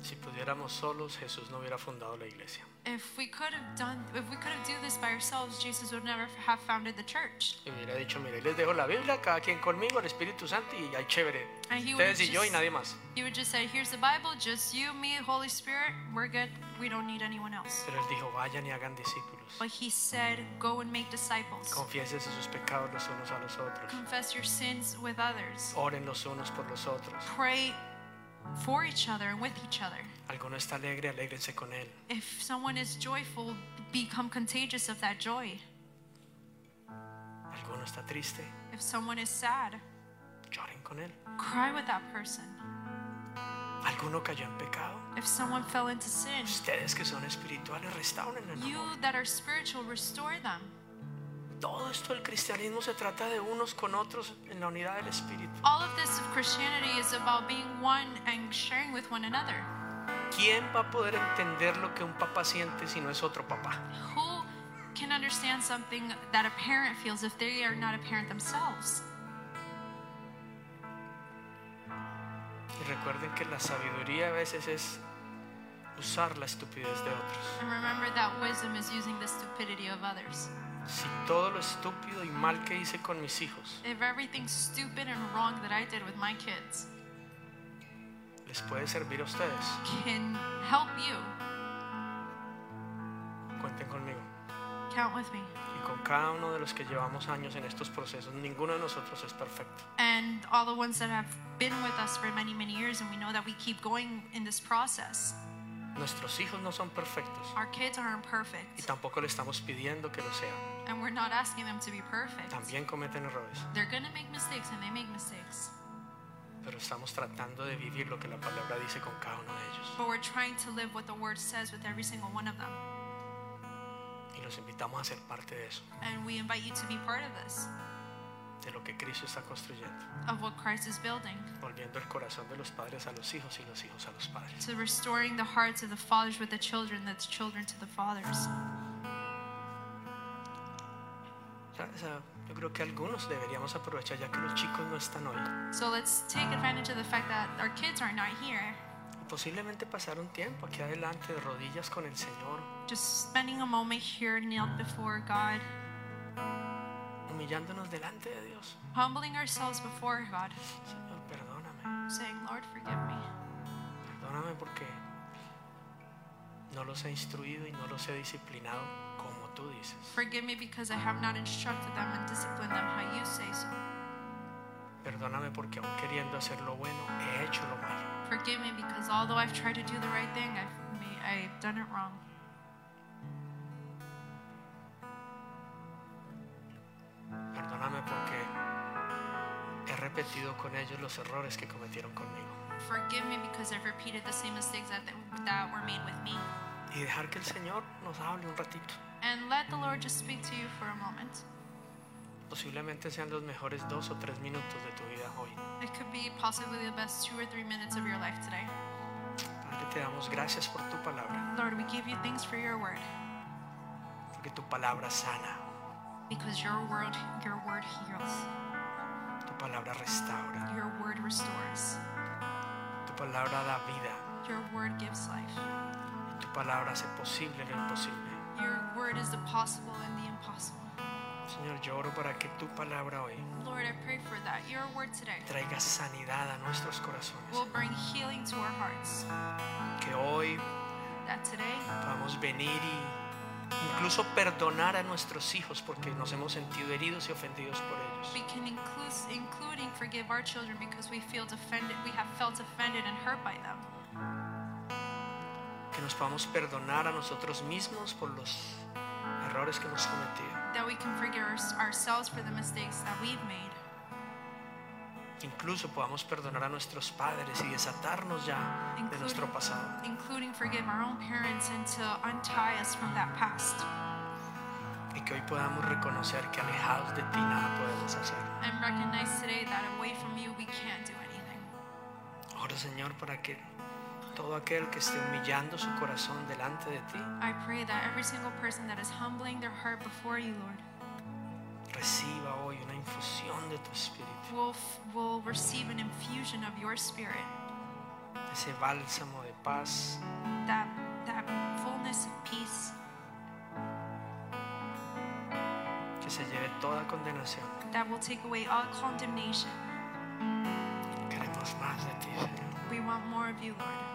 Si pudiéramos solos, Jesús no hubiera fundado la iglesia. If we could have done, if we could have do this by ourselves, Jesus would never have founded the church. Y hubiera dicho, mire, les dejo la Biblia, cada quien conmigo, el Espíritu Santo y hay chévere. Ah, he Ustedes y would yo y just- nadie más. He would just say, Here's the Bible, just you, me, Holy Spirit. We're good. We don't need anyone else. Pero él dijo, vayan y hagan discípulos. But he said, Go and make disciples. Confiésense sus pecados los unos a los otros. Confess your sins with others. Oren los unos por los otros. Pray for each other and with each other. Alguno está alegre, alégrense con él. If someone is joyful, become contagious of that joy. Alguno está triste, If someone is sad, lloren con él. cry with that person. Alguno cayó en pecado. If someone fell into sin, Ustedes que son espirituales, restauren el you amor. that are spiritual, restore them. Todo esto del cristianismo se trata de unos con otros en la unidad del Espíritu. All of this of Christianity is about being one and sharing with one another. ¿Quién va a poder entender lo que un papá siente si no es otro papá? Who can understand something that a parent feels if they are not a parent themselves? Y recuerden que la sabiduría a veces es usar la estupidez de otros. And remember that wisdom is using the stupidity of others. Si todo lo estúpido y mal que hice con mis hijos If everything stupid and wrong that I did with my kids les puede servir a ustedes, can help you, cuenten conmigo. count with me. Y con cada uno de los que llevamos años en estos procesos, ninguno de nosotros es perfecto. And all the ones that have been with us for many, many years, and we know that we keep going in this process. Nuestros hijos no son perfectos Our kids aren't y perfect, tampoco le estamos pidiendo que lo sean. and we're not asking them to be perfect. También cometen errores, They're gonna make mistakes, and they make mistakes. pero estamos tratando de vivir lo que la palabra dice con cada uno de ellos. But we're trying to live what the word says with every single one of them. Y los invitamos a ser parte de eso, And we invite you to be part of this, de lo que Cristo está construyendo, of what Christ is building, volviendo el corazón de los padres a los hijos y los hijos a los padres. to restoring the hearts of the fathers with the children, the children to the fathers. O sea, o sea, yo creo que algunos deberíamos aprovechar ya que los chicos no están hoy. So let's take advantage of the fact that our kids are not here. Posiblemente pasar un tiempo aquí adelante de rodillas con el Señor, Just spending a moment here, knelt before God, humillándonos delante de Dios. humbling ourselves before God, Señor, perdóname. saying, Lord, forgive me. Perdóname porque no los he instruido y no los he disciplinado como tú dices. Forgive me because I have not instructed them and disciplined them how you say so. Perdóname porque aun queriendo hacer lo bueno, he hecho lo malo. Forgive me because although I've tried to do the right thing, I've, made, I've done it wrong. Perdóname porque he repetido con ellos los errores que cometieron conmigo. Forgive me because I've repeated the same mistakes that, that were made with me. Y dejar que el Señor nos hable un ratito. And let the Lord just speak to you for a moment. Posiblemente sean los mejores dos o tres minutos de tu vida hoy. It could be possibly the best two or three minutes of your life today. Padre, te damos gracias por tu palabra, Lord, we give you thanks for your word porque tu palabra sana, because your word, your word heals, tu palabra restaura, your word restores, tu palabra da vida, your word gives life. y tu palabra hace posible lo imposible. Your word is the possible and the impossible. Señor, yo oro para que tu palabra hoy Lord, I pray for that. Your word today traiga sanidad a nuestros corazones, will bring healing to our hearts. que hoy That today podamos venir y incluso perdonar a nuestros hijos porque nos hemos sentido heridos y ofendidos por ellos. we can include, including forgive our children because we feel offended, we have felt offended and hurt by them. Que nos podamos perdonar a nosotros mismos por los errores que hemos cometido. That we can forgive our- ourselves for the mistakes that we've made. Que incluso podamos perdonar a nuestros padres y desatarnos ya de nuestro pasado. including forgive our own parents and to untie us from that past. Y que hoy podamos reconocer que alejados de ti nada podemos hacer. And recognize today that away from you, we can't do anything. Oro Señor para que todo aquel que esté humillando su corazón delante de ti I pray that every single person that is humbling their heart before you, Lord, reciba hoy una infusión de tu espíritu. will, f- will receive an infusion of your spirit, Ese bálsamo de paz, that, that fullness of peace que se lleve toda condenación. that will take away all condemnation. Queremos más de ti, Señor. We want more of you, Lord.